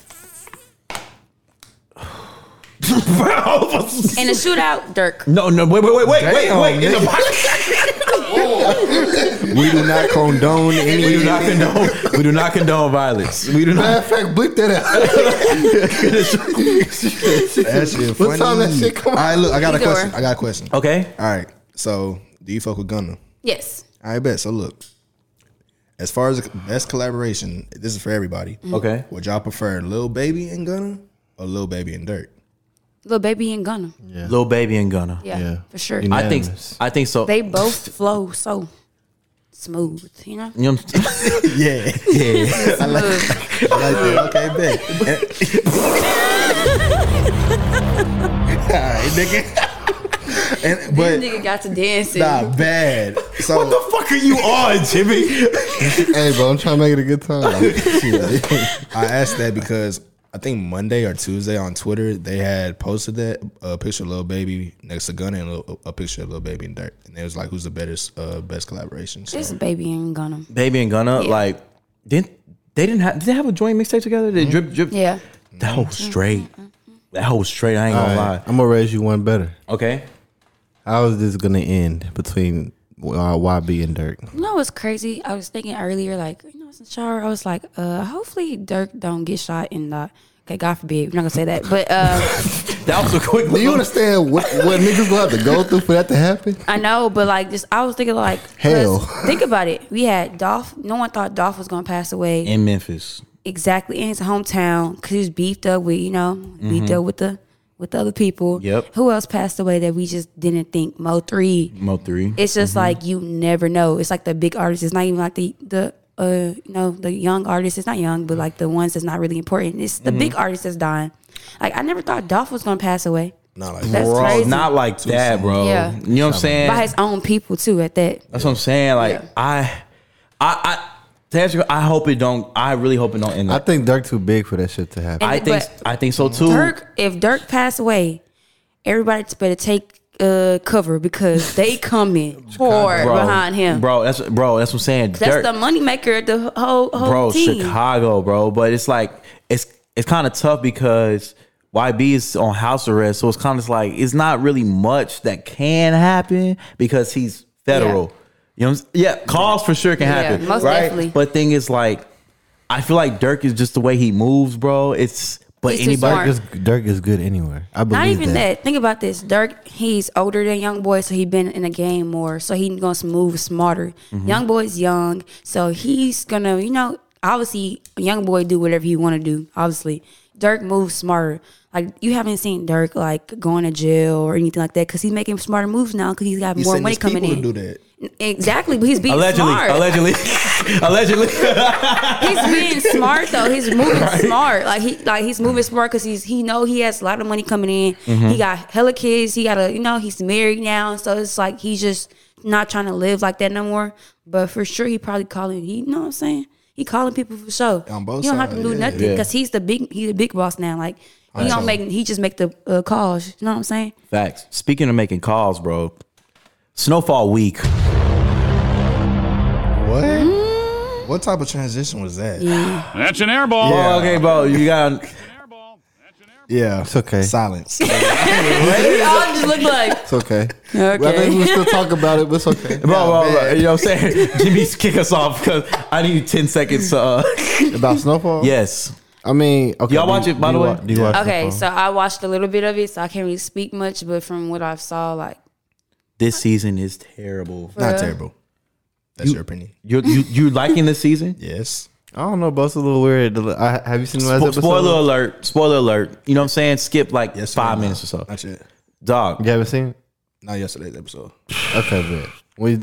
In a shootout, Dirk.
[LAUGHS] no, no, wait, wait, wait, wait,
Damn,
wait, wait. In the
nigga.
boxing,
We do not condone any.
we do not condone. We do not condone violence. We do
Matter
not.
of fact, bleep that [LAUGHS] out.
That shit funny.
What time that shit come
All right, look, I got a
Either
question.
or.
I got a question.
Uh,
Okay.
All right, so do you fuck with Gunna?
Yes.
I bet. So look, as far as the best collaboration, this is for everybody.
Okay.
Would y'all prefer Lil Baby and Gunna or Lil Baby and Dirk?
Little baby and Gunna. Yeah,
Lil Baby and Gunna.
for sure.
I think.
Unanimous.
I think so.
They both flow so smooth, you know?
You know what I'm saying?
Yeah, [LAUGHS] yeah. I like, I like that. Okay, bet. [LAUGHS] All right, nigga. And but
nigga got to dancing.
nah,
[LAUGHS]
bad. So
what the fuck are you on, Jimmy?
hey, bro, I'm trying to make it a good time.
I asked that because I think Monday or Tuesday on Twitter they had posted that a picture of Lil Baby next to Gunna and Lil, a picture of Lil Baby and Dirk, and it was like, who's the best uh, best collaboration? So,
This baby and Gunna.
Baby and Gunna, like, didn't they didn't have? Did they have a joint mixtape together?
Mm-hmm.
They drip drip.
Yeah. Mm-hmm.
That whole straight. That whole straight. I ain't gonna lie.
I'm gonna raise you one better.
Okay.
How is this gonna end between uh, YB and Dirk?
You know what's crazy? I was thinking earlier, like, you know, since shower, I was like, uh, hopefully Dirk don't get shot in the. Okay, God forbid. We're not gonna say that. But uh,
That was a quick.
Do you
little-
understand what, what niggas gonna have to go through for that to happen?
I know. But like, just I was thinking like, 'cause
Hell.
Think about it. We had Dolph. No one thought Dolph was gonna pass away.
in Memphis?
exactly in his hometown because he was beefed up with you know beefed up with the with the other people.
Mm-hmm. Yep.
Who else passed away that we just didn't think? Mo three.
Mo three.
It's just like you never know. It's like the big artists. It's not even like the the uh you know the young artists. It's not young, but like the ones that's not really important. It's the
Mm-hmm.
big artists that's dying. Like I never thought Dolph was gonna pass away
Not like
That's
bro,
crazy.
not like that, bro.
Yeah.
You know what I'm saying?
by his own people too. At that,
That's what I'm saying. Like
Yeah.
I, I, I. To answer, your- I hope it don't. I really hope it don't end.
I
Up.
think Dirk too big for that shit to happen.
I,
I-
think.
but-
I think so too.
Dirk. If Dirk passed away, everybody better take uh cover because they coming hard
bro,
behind him.
bro. That's bro. That's what I'm saying.
That's
Dirk,
the moneymaker. The whole whole
bro,
team.
Chicago, bro. But it's like it's it's kind of tough because YB is on house arrest, so it's kind of like it's not really much that can happen because he's federal. You know, what I'm s- yeah, calls for sure can
Yeah,
happen,
most
right?
definitely.
But thing is, like, I feel like Dirk is just the way he moves, bro. It's but
He's too
anybody,
smart.
Dirk is, Dirk is good anywhere. I believe
Not even
that.
that. Think about this. Dirk, he's older than Young Boy, so he been in the game more. So he gonna move smarter.
Mm-hmm.
Young Boy's young, so he's gonna, you know, obviously Young Boy do whatever he wanna do, obviously. Dirk moves smarter. Like you haven't seen Dirk like going to jail or anything like that because he's making smarter moves now because he's got
He
more
sent
money
his
coming
people to do
in.
that.
Exactly, but he's being
allegedly,
smart.
allegedly, [LAUGHS] allegedly,
he's [LAUGHS] being smart though. He's moving smart. Like he like he's moving smart because he's he know he has a lot of money coming in. He got hella kids. He got a you know he's married now, so it's like he's just not trying to live like that no more. But for sure, he probably calling. He, you know what I'm saying? He calling people for sure.
On both
you don't have to
sides,
do
yeah.
nothing
Yeah.
because he's the big he's the big boss now. Like he don't
so-
make he just make the uh, calls. You know what I'm saying?
Facts. Speaking of making calls, bro. Snowfall week.
What?
Mm-hmm.
What type of transition was that? Yeah.
That's an airball.
Oh, okay, bro. You got
Airball. That's an airball.
It's
[LAUGHS]
okay.
Silence.
They all just look like
It's okay. I think
okay.
we still talk about it, but it's okay.
bro, bro, bro. You know what I'm saying? Jimmy's kick us off because I need 10 seconds. Uh,
About Snowfall?
yes.
I mean, okay.
Y'all
do-
watch it, by the
do you
way?
wa- do you watch
Okay,
Snowfall?
so I watched a little bit of it, so I can't really speak much. But from what I saw, [LAUGHS] like
This season is terrible.
Not terrible. That's your opinion.
You you you liking this
[LAUGHS]
season?
Yes.
I don't know, but it's a little weird. The- I, have you seen the last
Spo-
episode?
spoiler alert. Spoiler alert. You know what I'm saying? Skip like
Yes.
five
no.
minutes or so.
Not yet.
Dog.
You haven't seen it?
Not yesterday's episode.
Okay, but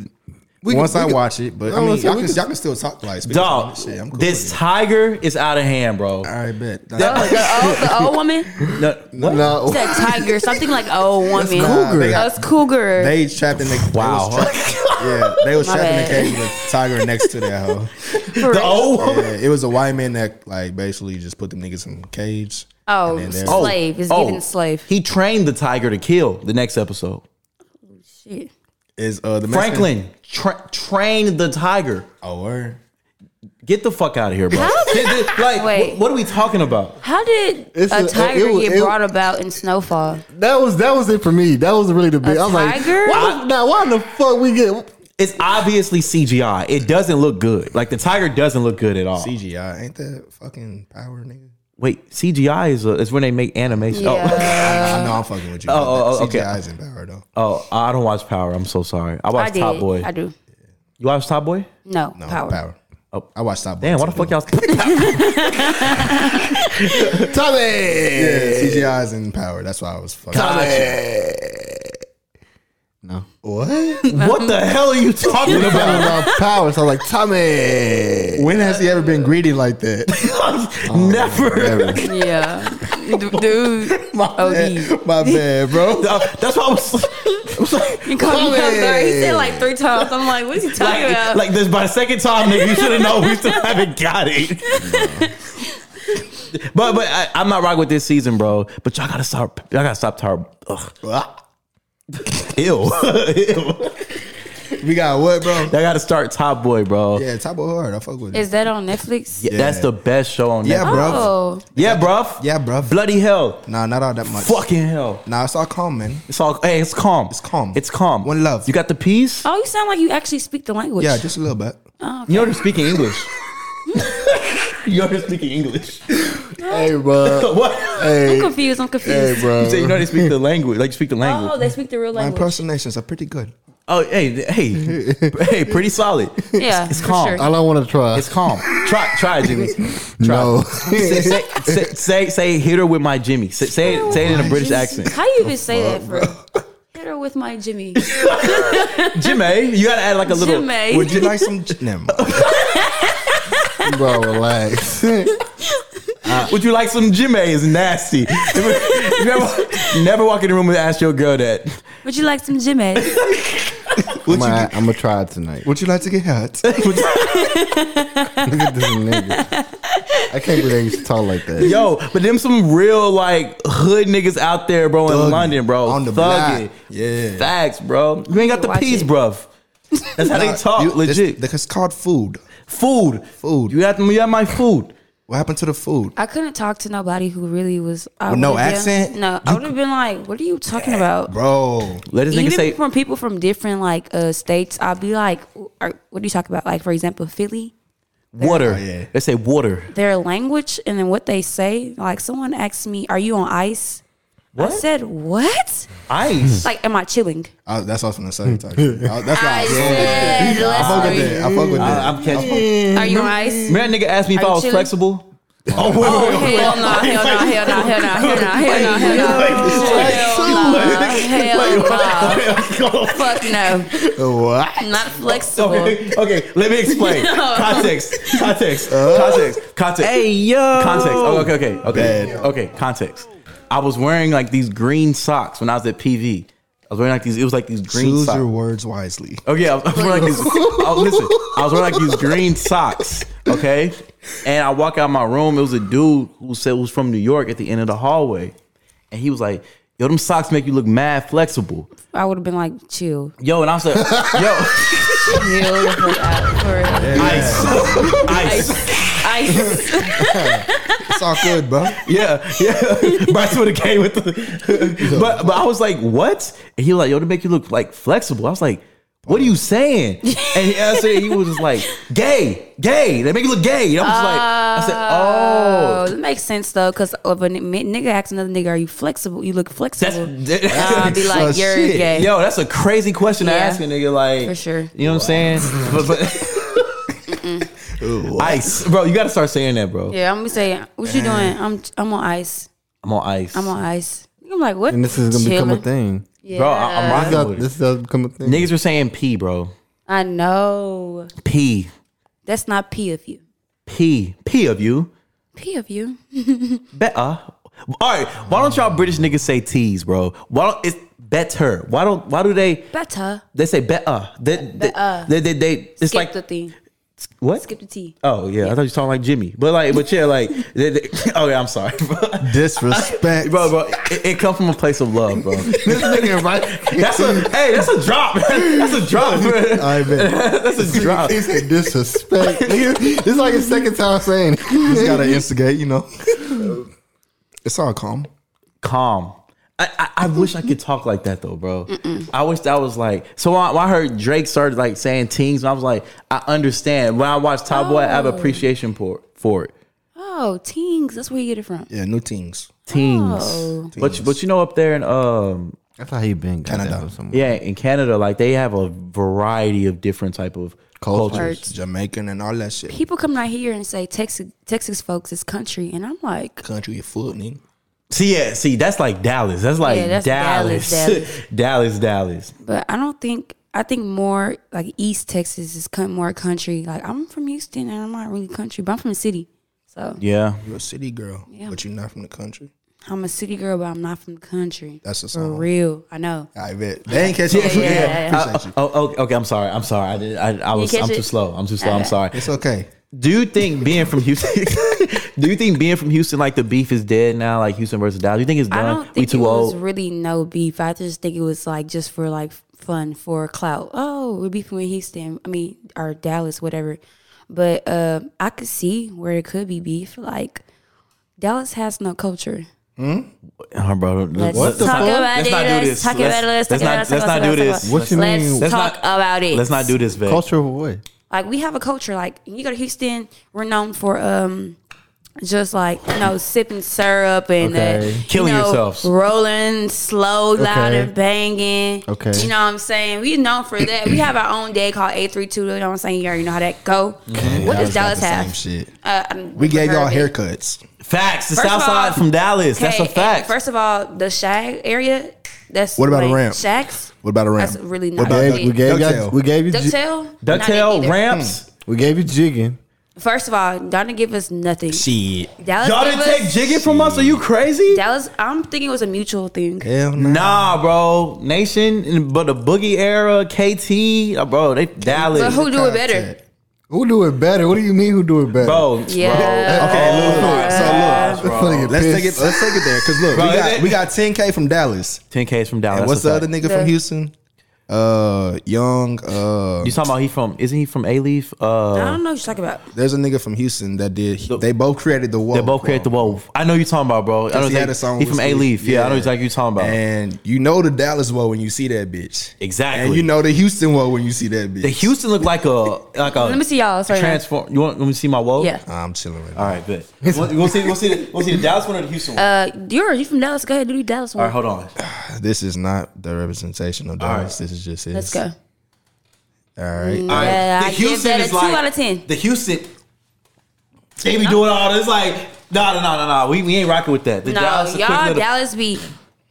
we,
Once I watch it, but
No,
I mean,
listen,
y'all
we
can,
can-
y'all can still talk like speak
Dog.
some shit. I'm cool
this
with it.
tiger is out of hand, bro.
All right, bet. That's
oh, the, old, the old woman,
[LAUGHS] No, what?
no,
that tiger, something like oh, old woman,
cougar. They got-
that's cougar.
[LAUGHS] They trapped in the
Wow. [LAUGHS]
they was trapped- yeah, they
[LAUGHS]
was
My
trapped in the
bad.
cage with tiger next to
[LAUGHS]
that hoe.
For
The
real.
old woman.
Yeah, it was a white man that like basically just put them niggas in the cage.
oh,
And then there-
slave is
oh.
given slave.
He trained the tiger to kill the next episode.
Shit.
Is uh the Mexican-
Franklin tra- trained the tiger.
Oh, word.
Get the fuck out of here, bro.
How did-
Th- th- [LAUGHS] like,
Wait.
wh- what are we talking about?
How did
It's
a
a- it-
tiger
it was-
get
it-
brought about in Snowfall?
Oh,
that was that was it for me. That was really the big.
A
I was like,
tiger?
why, now why in the fuck we get?
It's obviously CGI. It doesn't look good. Like the tiger doesn't look good at all.
CGI ain't that fucking power, nigga.
Wait, CGI is, a, is when they make animation.
Yeah,
I know I'm fucking with you.
Uh, oh, oh, okay.
CGI is in power though.
Oh, [LAUGHS] oh, I don't watch Power. I'm so sorry. I
I
watch
did.
Top Boy.
I do.
You watch Top Boy?
No,
No
power.
power.
[LAUGHS]
Oh.
I watched Top Boy.
Damn, why the
too.
fuck y'all?
Tommy,
Yeah, CGI is in power. That's why I was fucking.
[LAUGHS]
no.
[LAUGHS] What?
what the hell are you
[LAUGHS]
talking
Talking
about?
about power, so I was like Tommy.
When has he ever been greedy like that?
Never. [LAUGHS]
Yeah, D- dude.
My
Oh, he-
bad, [LAUGHS] my bad, [LAUGHS] bro.
Uh, That's why I was, I was like,
He called me Huckleberry. He said like three times. I'm like, what is he talking
like,
about?
like this by the second time, nigga, you should have known. We still haven't got it. but but I, I'm not rocking with this season, bro. But y'all gotta stop. Y'all gotta stop. Tar- Ugh. Ew. Ew. [LAUGHS] y'all
We got what, bro?
gotta start Top Boy, bro.
Yeah, Top Boy hard. I fuck with it.
is that on Netflix?
Yeah, That's the best show on
Yeah,
Netflix.
bro.
Oh,
Yeah, bro.
Yeah, bruv.
Bloody hell.
Nah, not all that much.
Fucking hell.
Nah, it's all calm, man.
It's all. Hey, it's calm.
It's calm.
It's calm.
One love.
You got the peace.
oh, you sound like you actually speak the language.
Yeah, just a little bit. [LAUGHS]
You know they're speaking English. [LAUGHS] you already speaking English.
Hey,
Uh,
[LAUGHS]
bro.
what?
I'm
Hey,
confused. I'm
hey,
confused.
bro.
You say you already speak the language. Like you speak the language.
oh, they speak the real
My
language.
impersonations are pretty good.
Oh, hey, th-
[LAUGHS]
hey, hey, pretty solid.
Yeah,
it's, it's
for
calm.
sure.
I don't want to try.
It's calm. Try, try, Jimmy. Try.
No.
say, say, say, say, say, hit her with my Jimmy. Say, say,
Oh,
it, say it in a British accent.
How you even say that for? Hit her with my
[LAUGHS]
Jimmy.
Jimmy, you gotta add like a little.
Jimmy.
Would you like
[LAUGHS]
some? j- Never mind.
[LAUGHS] bro,
[LAUGHS]
relax.
Would you like some Jimmy? Is nasty. You never, never walk in the room and ask your girl that. [LAUGHS]
Would you like some Jimmy?
I'm going to try it tonight.
Would you like to
[LAUGHS]
get hurt?
Look at this nigga. I can't believe they used to talk like that.
Yo, but them some real like hood niggas out there, bro, in
Thugging.
London, bro.
On the
Thugging.
block. Yeah.
Facts, bro. You ain't got the
Watch
peas,
it.
bruv. That's how they talk,
You- this-
legit.
It's called food.
food.
Food.
You have, you have my food.
What happened to the food?
I couldn't talk to nobody who really was I
With no
would've been-
accent?
No, I would have been like, "What are you talking about?"
Bro,
Let this nigga
Even
say.
from people from different like uh, states, I'll be like, are, "What are you talking about?" Like for example, Philly,
Water.
Oh, yeah.
They say water.
their language and then what they say. Like someone asked me, "Are you on ice?"
What?
I said, "What?"
Ice.
Like, am I chilling?
I, that's what I was gonna say. Talk to
[LAUGHS]
you. I- That's why I,
said,
I fuck with that. I fuck with that.
I, am catching.
"Are you on ice?"
Man, that nigga asked me if
Oh.
I
Are you
was
chilling?
flexible. Oh, wait,
Oh, hell no, hell no, hell no, hell no, hell no, hell no, hell no, hell no, hell no. Fuck no,
What?
I'm not flexible.
Okay, [LAUGHS] okay, let me
[LAUGHS]
explain. Context, context, context, context. Hey, yo. Context. Oh, okay, okay, okay. Okay, context. I was wearing like these green socks when I was at PV. I was wearing like these, it was like these green
Choose
socks.
your words wisely.
Oh yeah, I was, I was wearing like these. I was, listen, I was wearing like these green socks, okay. And I walk out of my room. It was a dude who said was from New York at the end of the hallway, and he was like, "Yo, them socks make you look mad flexible."
I would have been like, "Chill,
Yo, and I was like, "Yo,
chill the fuck out for real."
ice, ice,
ice."
It's all good, bro.
yeah, [LAUGHS] yeah." Bryce would have came with
[LAUGHS]
the, but but I was like, "What?" And he was like, "Yo, to make you look like flexible." I was like. What are you
[LAUGHS]
saying? And he answered, he was just like, gay, gay. They make you look gay. And I was like, I said, oh,
Oh, that makes sense though, because if a ni- nigga asks another nigga, "Are you flexible?" You look
That's [LAUGHS]
flexible. I'll be like,
So
"You're
shit.
gay."
yo, that's a crazy question to
Yeah.
ask a nigga. Like,
For sure.
You know what
[LAUGHS]
I'm saying? but, but ice, bro. You gotta start saying that, bro.
Yeah, I'm gonna say, "What you doing?" I'm I'm on ice.
I'm on ice,
I'm on ice. I'm like, "What?"
And this is going to become a thing.
Yeah.
bro. I, am
This
rocking
does,
with it.
this does become a thing.
Niggas were saying P, bro.
I know.
P,
That's not P of you.
P, P of you.
P of you.
Better. All right. Why don't y'all British niggas say T's, bro? Why don't it's better? Why don't? Why do they?
Better.
They say better. They, they, they, they, they- it's
Skip
like
the thing.
what?
Skip the T.
Oh yeah, I thought you were talking like Jimmy, but like, but yeah, like, [LAUGHS] they, they, okay, I'm sorry, bro.
Disrespect.
bro, bro. It, it comes from a place of love, bro.
This
[LAUGHS]
nigga right.
That's a hey, that's a drop. [LAUGHS] That's a drop.
[LAUGHS]
bro.
I bet.
That's a drop.
He said disrespect. Nigga, [LAUGHS] this is like his second time saying it.
Just gotta instigate, you
[LAUGHS]
know. It's all calm.
Calm. I, I, I wish I could talk like that though, bro. I wish that was like. So when I, when I heard Drake started like saying teens, and I was like, I understand. When I watch Top Boy, I have appreciation for for it.
Oh, tings. That's where you get it from.
Yeah, new things.
Teens.
Oh.
But you- but you know up there in um
I thought he'd been
Canada.
Canada. Somewhere.
yeah in Canada like they have a variety of different type of
Cultures.
cultures.
Words.
Jamaican and all that shit.
People come out here and say Texas, Texas folks is country, and I'm like,
Country, your food, nigga.
See, yeah, see, that's like Dallas. That's like
Yeah, that's
Dallas.
Dallas,
Dallas. [LAUGHS] Dallas,
but I don't think I think more like East Texas is kind more country. Like I'm from Houston, and I'm not really country, but I'm from the city. So
Yeah.
You're a city girl, but you're not from the country.
I'm a city girl, but I'm not from the country.
That's a
for
song.
real. I know.
I bet they ain't catching. Yeah,
yeah, yeah, yeah.
Appreciate you.
Oh, okay, okay. I'm sorry. I'm sorry. I did. I, I was.
catch
I'm too
it? Uh,
slow. I'm too slow. I'm sorry.
It's okay.
Do you think being from Houston? [LAUGHS] do you think being from Houston, like the beef is dead now, like Houston versus Dallas? You think it's
I
done?
don't
we
think it
too
was
old.
really no beef. I just think it was like just for like fun for clout. Oh, we're beefing with Houston. I mean, or Dallas, whatever. But uh, I could see where it could be beef. Like Dallas has no culture.
Oh, bro,
Let's
let's
talk
not-
about
let's
it.
not do
Let's
this.
talk about it. Let's talk
let's
about
not-
it.
Let's not do this.
Let's talk about it.
What you
Let's
mean?
Let's
talk
not-
about it.
Let's not do this, Vic.
Culture of what?
Like we have a culture. Like you go to Houston, we're known for um, just like you know sipping syrup and uh,
Okay.
you
Killing
know,
yourselves.
rolling slow, loud,
Okay.
and banging.
Okay.
you know what I'm saying. We known for that. we have our own day called eight three two. You know what I'm saying. You already know how that go. What does Dallas
Same
have?
shit.
Uh, I'm-
We gave y'all
Herbie.
haircuts.
Facts. The
First
South
of all-
Side from Dallas. That's a
Okay, and
fact.
First of all, the shag area. That's
What about the
like
ramp?
Shacks.
What about a ramp?
That's really
What
not
about
big.
duck-
We gave you
ducktail?
we gave you ji-
Ducktail. Not Hmm. it
Ducktail
either.
ramps.
we gave you jigging.
First of all, y'all didn't give us nothing.
Shit.
Dallas
Y'all
gave
didn't take
us-
jigging from us? Are you crazy?
Dallas, I'm thinking it was a mutual thing.
Hell no.
Nah, bro. Nation, and- but the boogie era, KT, uh, bro. They Dallas,
But who do it better?
Who do it better? What do you mean? Who do it better?
bro.
Yeah.
Bro.
Okay, look, look, so
I'm finna get
look, let's
pissed.
take it. Let's take it there, cause look,
Bro,
we
is
got
it-
we got 10k from Dallas.
Ten K's from Dallas.
And what's the
That's a
other
fact.
nigga from
The-
Houston? Uh, Young. Uh,
You talking about? He from? Isn't he from A Leaf? Uh,
I don't know what you're talking about.
there's a nigga from Houston that did. They both created the wall.
they both create the wall. I know you talking about, bro. I know
Oh, he had
exactly-
a song
He
with
from A
Snoop.
Leaf. Yeah, I know
Yeah.
exactly you talking about.
And you know the Dallas wall when you see that bitch.
Exactly.
And you know the Houston wall when you see that bitch.
the Houston look like a like a.
Let me see y'all, sorry.
Transform. You want? Let me see my wall.
Yeah.
I'm chilling right now.
All right, good. You want you want to see? We'll see. The, we'll see the Dallas one or the Houston one.
Uh, you're you from Dallas? Go ahead, do the Dallas
All
one.
right, hold on.
This is not the representation of Dallas. This is just his.
Let's go.
All right.
All right.
Yeah, I give that a two outta ten.
The Houston, they be doing all this like, no, no, no, no, no. We, we ain't rocking with that. The
No,
Dallas, a quick
y'all
little-
Dallas be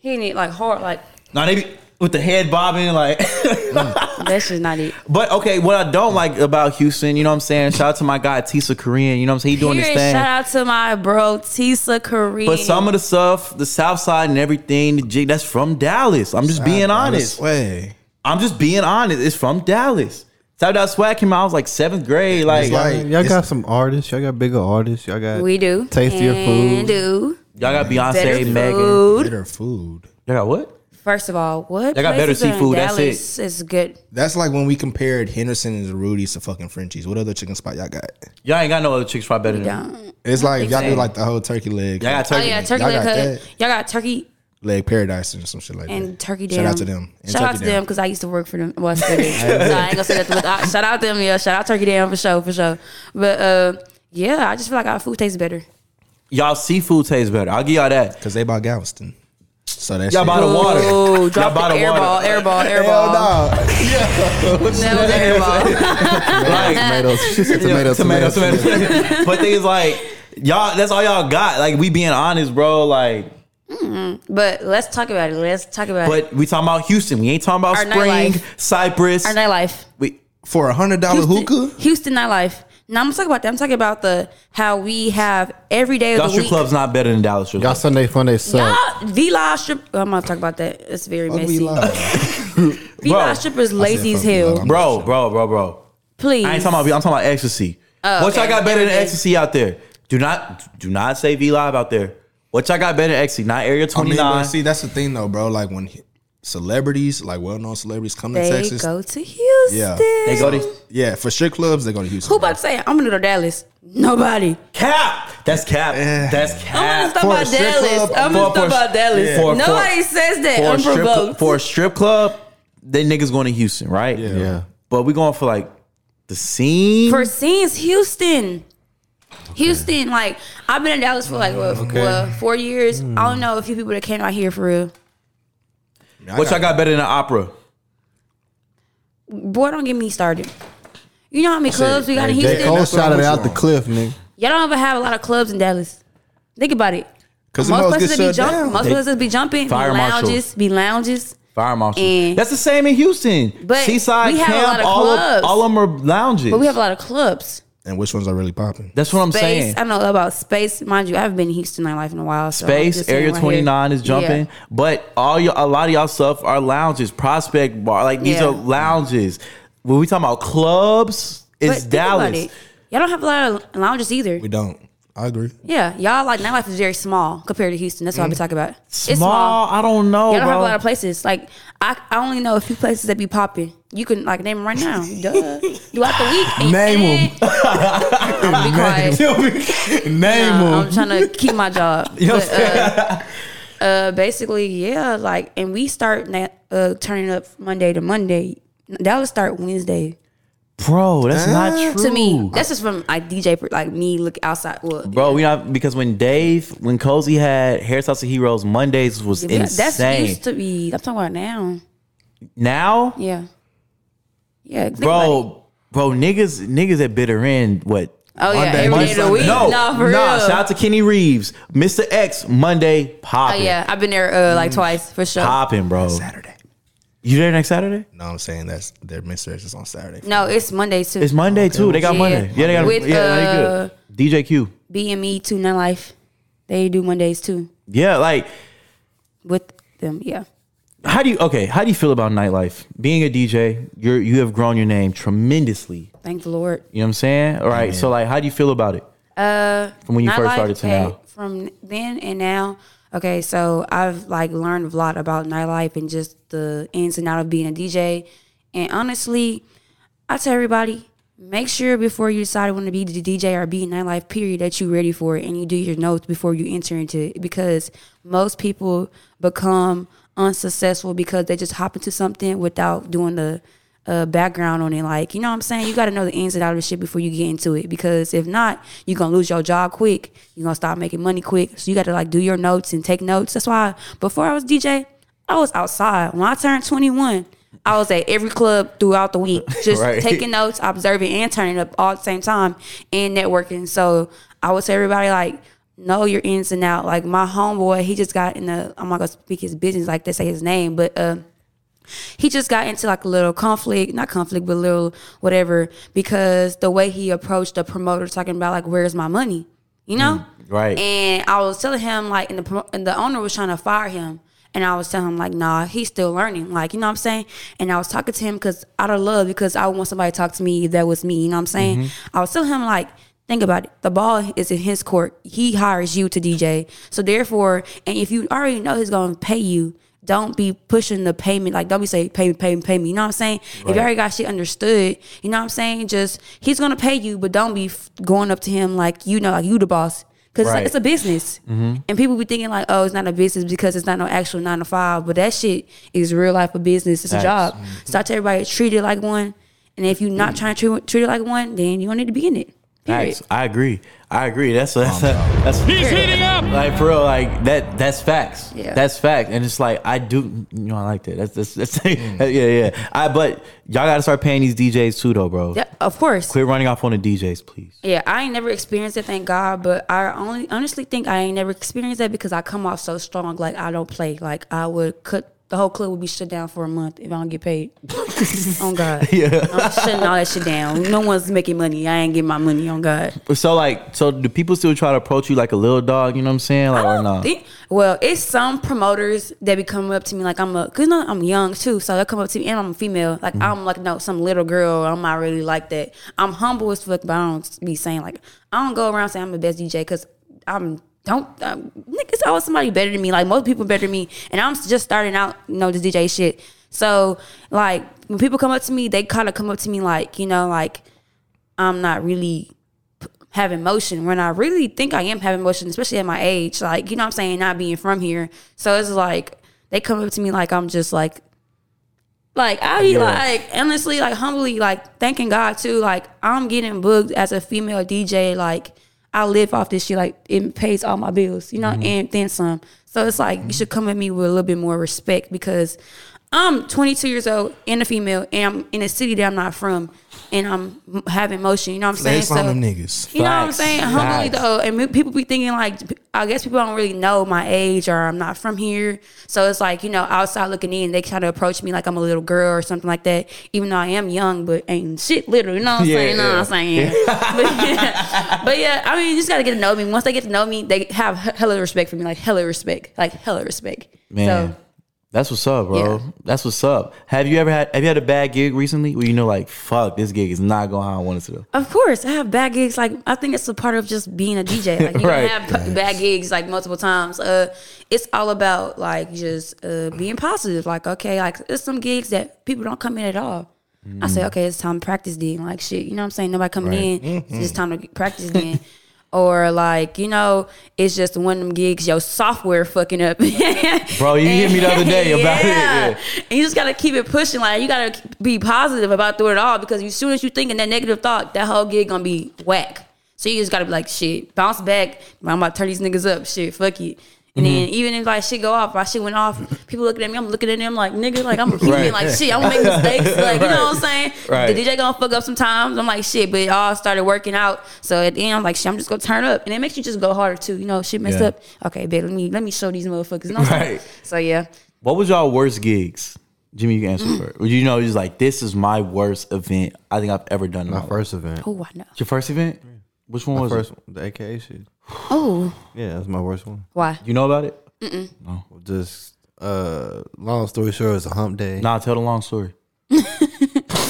hitting it like hard. Like
No, they be with the head bobbing like. [LAUGHS]
that's just not it.
but okay, what I don't like about Houston, you know what I'm saying? Shout out to my guy Tisa Korean. You know what I'm saying? He doing his
Period.
thing.
Shout out to my bro Tisa Kareem.
But some of the stuff, the South Side and everything, the jig, that's from Dallas. I'm just being honest.
Way.
I'm just being honest. It's from Dallas. South Dot Swag came out. I was like seventh grade. Like,
It's like
Y'all
it's-
got some artists. Y'all got bigger artists. Y'all got
we do
tastier
and
food.
do
y'all got
better
Beyonce, Megan. Y'all
food.
better food.
got what?
First of all, what
They got better
places are in
seafood, that's
Dallas
it.
is good.
That's like when we compared Henderson and Rudy's to fucking Frenchies. What other chicken spot y'all got?
Y'all ain't got no other chicks fry better than.
Yeah.
It's like y'all
Exactly.
do like the whole turkey leg.
Y'all got
Oh
turkey.
yeah,
leg.
turkey
Y'all
leg.
got
cut.
that.
Y'all got turkey
leg paradise and some shit like that.
and turkey.
Shout
Dam.
out to them. And
shout out
Turkey
to
Dam.
them because I used to work for them. Well, I still
[LAUGHS]
do. so I ain't gonna say that. But I, shout out to them. Yeah, shout out Turkey Dam for sure, for sure. But uh, yeah, I just feel like our food tastes better.
Y'all seafood tastes better. I'll give y'all that.
Cause they by Galveston. So that's
Y'all by the water.
Ooh, drop
Y'all
the
bottle
airball,
water.
airball,
Hell
airball.
no.
That was
[LAUGHS]
airball. [LAUGHS]
Tomatoes. She
[LAUGHS]
said tomatoes.
Tomatoes,
Tomatoes.
tomatoes. but things like y'all. That's all y'all got. Like we being honest, bro. Like,
But let's talk about it. Let's talk about it.
[LAUGHS] but we talking about Houston. We ain't talking about
Our
Spring,
nightlife.
Cypress.
Our nightlife.
we,
For a hundred dollar hookah?
Houston nightlife. Now I'm gonna talk about that. I'm talking about the how we have every day of
y'all
the
strip
week.
club's not better than Dallas strip.
Y'all
club.
Sunday fun day suck.
Y'all, V Live strip. I'm gonna talk about that. It's very
Fuck
messy.
we
V [LAUGHS]
live.
Live strippers lazy as
fuck V-Live.
hell.
I'm-
Bro, bro, bro, bro.
Please.
I ain't talking about. I'm talking about ecstasy. what
Oh, okay.
y'all got better than
Okay.
ecstasy out there? Do not, do not say V Live out there. What y'all got better than ecstasy? Not Area
I
29.
mean, but see, that's the thing though, bro. Like when he- celebrities, like well known celebrities come to
They
Texas.
go to Houston.
Yeah.
they go to
Yeah, for strip clubs, they go to Houston.
Who about to say I'm gonna go to Dallas? Nobody.
cap. That's cap. That's
I'm
cap.
gonna talk
For
about
a strip
Dallas.
club,
I'm gonna
for- for-
talk about Dallas.
for- for-
Nobody says that
for a strip
unprovoked.
for a strip club, then niggas going to Houston, right?
Yeah.
Yeah.
But we going for like the scene.
for scenes, Houston. Houston, like I've been in Dallas for like what, what four years. I
Hmm.
don't know a few people that came out here for real.
Man, I
what y'all got better than the opera?
Boy, don't get me started. You know how many clubs we got in
hey, J.
Houston?
Cole
that's what
shot
I'm
it
with
out
you
the
on.
cliff, nigga.
Y'all don't ever have a lot of clubs in Dallas. Think about it.
'Cause the
most
hoes get
places that be
shut
jumping,
down.
most
They-
places be jumping, be
Fire marshal.
lounges, be lounges.
Fire marshal.
And-
That's the same in Houston.
But
Seaside,
we have a
Camp,
lot of
all, of,
clubs.
all of them are lounges.
But we have a lot of clubs.
And which ones are really popping?
That's what I'm
Space.
saying.
I know about space. Mind you, I haven't been in Houston nightlife in a while. So I'm just
Space
saying
Area
right
29
here.
is jumping,
Yeah.
but all your, a lot of y'all stuff are lounges, Prospect Bar, like these
Yeah.
are lounges. When we talking about clubs,
But
it's
think about
Dallas.
it. Y'all don't have a lot of lounges either.
We don't. I agree.
Yeah, y'all like nightlife is very small compared to Houston. That's what I've been talking about.
Mm. Small, I don't know.
Y'all don't have a
bro. [LAUGHS]
lot of places. Like I, I only know a few places that be popping. You can like name them right now.
[LAUGHS]
Duh. Throughout the week,
Name
[LAUGHS]
[LAUGHS] them. be quiet. Uh, I'm trying to keep
[LAUGHS]
my job. But, uh, uh, basically, yeah, like, and we start na- uh, turning up Monday to Monday. Dallas start Wednesday.
Bro, that's not true.
to me. That's just from like DJ, per- like me look outside. Well,
Bro, we not because when Dave, when Cozy had Hairstyles of Heroes, Mondays was
yeah, that's
insane.
used to be. I'm talking about now.
now,
Yeah, yeah, think about it.
bro, bro, niggas, niggas at bitter end. What?
Oh yeah,
Monday,
every
Monday,
day of the week.
No,
No, for
nah.
real.
Shout out to Kenny Reeves, Mr. X, Monday
oh
popping,
yeah, I've been there uh, like
Mm.
twice for sure.
popping, bro.
Saturday.
You there next Saturday?
No, I'm saying that's their misreach is on Saturday.
No, it's Monday too.
It's Monday too. They got
Yeah.
Monday. Yeah, they got.
With, uh,
yeah, they good. DJ Q.
BME Two Nine Life. They do Mondays too
Yeah, like
with them. Yeah.
how do you? Okay, how do you feel about nightlife? Being a DJ, you're you have grown your name tremendously.
Thank the Lord.
You know what I'm saying? All right. So like, how do you feel about it?
Uh,
From when you
Not
first
like-
started to
okay,
now.
From then and now, okay. So I've like learned a lot about nightlife and just the ins and out of being a DJ. And honestly, I tell everybody, make sure before you decide want to be the DJ or be in nightlife, period, that you're ready for it and you do your notes before you enter into it because most people become unsuccessful because they just hop into something without doing the uh, background on it. Like, you know what I'm saying? You got to know the ins and outs of the shit before you get into it because if not, you're going to lose your job quick. You're going to stop making money quick. So you got to like do your notes and take notes. That's why before I was DJ, I was outside. When I turned 21, I was at every club throughout the week, just
Right.
taking notes, observing, and turning up all at the same time and networking. So I would tell everybody, like, know your ins and out. Like, my homeboy, he just got in the, I'm not going to speak his business, like, they say his name, but, uh, he just got into like a little conflict, not conflict, but little whatever, because the way he approached the promoter talking about like, where's my money? You know?
right.
And I was telling him like, and the, pro- and the owner was trying to fire him. And I was telling him like, nah, he's still learning. Like, you know what I'm saying? And I was talking to him because out of love, because I want somebody to talk to me if that was me. You know what I'm saying? I was telling him like, think about it. The ball is in his court. He hires you to DJ. So therefore, and if you already know he's going to pay you, don't be pushing the payment. Like, don't be saying, pay me, pay me, pay me. You know what I'm saying? If you already got shit understood, you know what I'm saying? Just, he's going to pay you, but don't be f- going up to him like, you know, like you the boss. Because
Right. Mm-hmm.
it's, like, it's a business. And people be thinking like, oh, it's not a business because it's not no actual nine to five. But that shit is real life a business. It's
Facts. Mm-hmm.
a job. So I tell everybody, treat it like one. And if you're not trying to treat, treat it like one, then you don't need to be in it. Period.
Facts. I agree. I agree. That's [LAUGHS] that's that's
He's heating up.
like for real. Like that. That's facts.
Yeah.
That's fact. And it's like I do. You know, I like that. That's that's, that's [LAUGHS] yeah,
Mm.
yeah. I but y'all gotta start paying these DJs too, though, bro.
Yeah, of course.
Quit running off on the DJs, please.
Yeah, I ain't never experienced it, thank God. But I only honestly think I ain't never experienced that because I come off so strong. Like I don't play. Like I would cut the whole club would be shut down for a month if I don't
[LAUGHS]
get paid. on God, yeah, I'm shutting all that shit down. No one's making money. I ain't getting my money. On God,
So like, so do people still try to approach you like a little dog? You know what I'm saying? Like or
don't
not?
think- well, it's some promoters that be coming up to me like I'm a, cause you know, I'm young too, so they come up to me and I'm a female. Like I'm like no some little girl. I'm not really like that. I'm humble as fuck, but I don't be saying like I don't go around saying I'm the best DJ because I'm don't um, nigga, it's always somebody better than me. Like most people better than me, and I'm just starting out, you know, this DJ shit. So like when people come up to me, they kind of come up to me like you know like I'm not really having motion when I really think I am having motion, especially at my age. Like, you know what I'm saying? Not being from here. So it's like they come up to me like I'm just like like I be like honestly, like humbly, like thanking God too. Like I'm getting booked as a female DJ. Like I live off this shit. Like it pays all my bills, you know,
Mm-hmm.
and then some. So it's like you should come at me with a little bit more respect because I'm 22 years old and a female, and I'm in a city that I'm not from, and I'm m- having motion. You know what I'm saying?
Let's find
So-
them niggas.
you know what I'm
Facts.
saying? Humbly
Facts.
though, and people be thinking like, I guess people don't really know my age or I'm not from here, so it's like you know outside looking in, they kind of approach me like I'm a little girl or something like that, even though I am young but ain't shit little. You know what I'm
Yeah,
saying? You know
yeah.
what I'm saying? [LAUGHS] But, yeah. but yeah, I mean, you just gotta get to know me. Once they get to know me, they have he- hella respect for me, like hella respect, like hella respect.
Man.
So
That's what's up, bro.
Yeah.
That's what's up. Have you ever had have you had a bad gig recently where you know like fuck this gig is not going how I want it to go?
Of course, I have bad gigs. Like I think it's a part of just being a DJ. Like you
Right.
can have p- bad gigs like multiple times. Uh, it's all about like just uh, being positive. Like okay, like there's some gigs that people don't come in at all.
Mm. Mm-hmm.
I say okay, it's time to practice then. [LAUGHS] Like shit, you know what I'm saying? Nobody coming in. It's just time to practice then. or like you know it's just one of them gigs your software fucking up. [LAUGHS]
Bro, you hit me the other day about it, yeah.
And you just gotta keep it pushing. Like you gotta be positive about doing it all because as soon as you think in that negative thought, that whole gig gonna be whack. So you just gotta be like, shit, bounce back. I'm about to turn these niggas up. Shit, fuck it. And
Mm-hmm.
then even if like shit go off, my shit went off. People looking at me, I'm looking at them like nigga, like I'm a human,
Right.
like shit, I'm gonna
[LAUGHS]
make mistakes, like you know what I'm saying.
Right.
The DJ gonna fuck up sometimes. I'm like shit, but it all started working out. So at the end, I'm like shit, I'm just gonna turn up, and it makes you just go harder too. You know, shit messed
Yeah.
up. Okay, babe, let me let me show these motherfuckers. You know what I'm saying?
Right.
So yeah,
What was y'all worst gigs? Jimmy, you can answer first. You know, just like this is my worst event I think I've ever done. in
My
life.
first event.
oh I know.
Your first event? Which one
My
was
first
it?
one, the AKA shit.
Oh
Yeah, that was my worst one.
why?
You know about it?
Just uh long story short, it was a hump day.
Nah, tell the long story.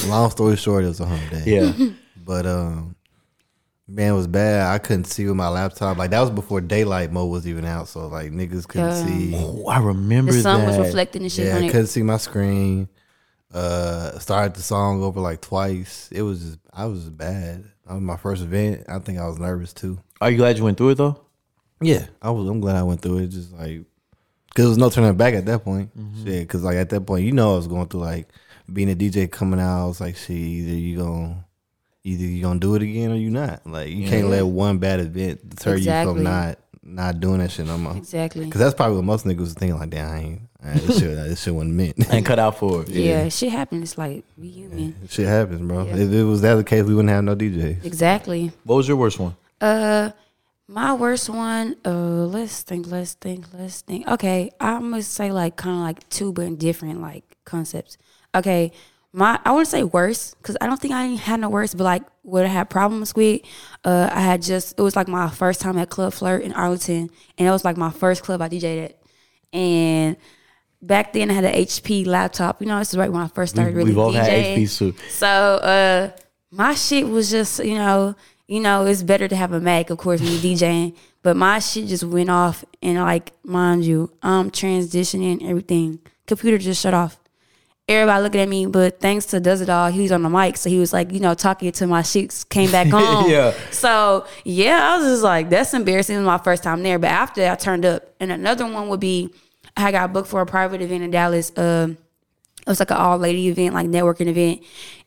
Long story short, it was a hump day.
Yeah.
[LAUGHS] But um man, it was bad. I couldn't see with my laptop. Like that was before daylight mode was even out, so like niggas couldn't
Yeah.
see.
oh, I remember
The sun was
that.
reflecting and shit
Yeah,
on
I
it.
couldn't see my screen. Uh, started the song over like twice. It was just, I was bad. That was my first event. I think I was nervous too.
Are you glad you went through it though?
Yeah, I was. I'm glad I went through it. Just like, cause there was no turning back at that point.
Mm-hmm.
Shit, cause like at that point, you know, I was going through like being a DJ coming out. I was like, shit, either you gonna either you gonna do it again or you not. Like, you can't let one bad event deter you
Exactly.
from not not doing that shit no more.
Exactly.
Cause that's probably what most niggas was thinking. Like, damn, I ain't, I ain't- this shit, this shit wasn't
[LAUGHS]
meant. [LAUGHS]
And cut out for it.
Yeah, shit happened. It's like we human.
Shit happens, bro. If it was that the case, we wouldn't have no DJs.
Exactly.
What was your worst one?
Uh, my worst one. Uh, let's think. Let's think. Let's think. Okay, I'm gonna say like kind of like two but different like concepts. Okay, my I wouldn't say worst because I don't think I had no worst, but like what I had problems with. Uh, I had just it was like my first time at Club Flirt in Arlington, and it was like my first club I DJ'd at, and. Back then, I had an HP laptop. You know, this is right when I first started really
We've all
DJing.
had HP too.
So uh my shit was just, you know, you know, it's better to have a Mac, of course, when you're
[LAUGHS]
DJing. But my shit just went off and like, mind you, I'm transitioning everything. Computer just shut off. Everybody looking at me, but thanks to Does It All, he was on the mic. So he was like, you know, talking to my shit came back on.
Yeah.
So yeah, I was just like, that's embarrassing. It was my first time there. But after that, I turned up. And another one would be I got booked for a private event in Dallas. Um it was like an all lady event, like networking event,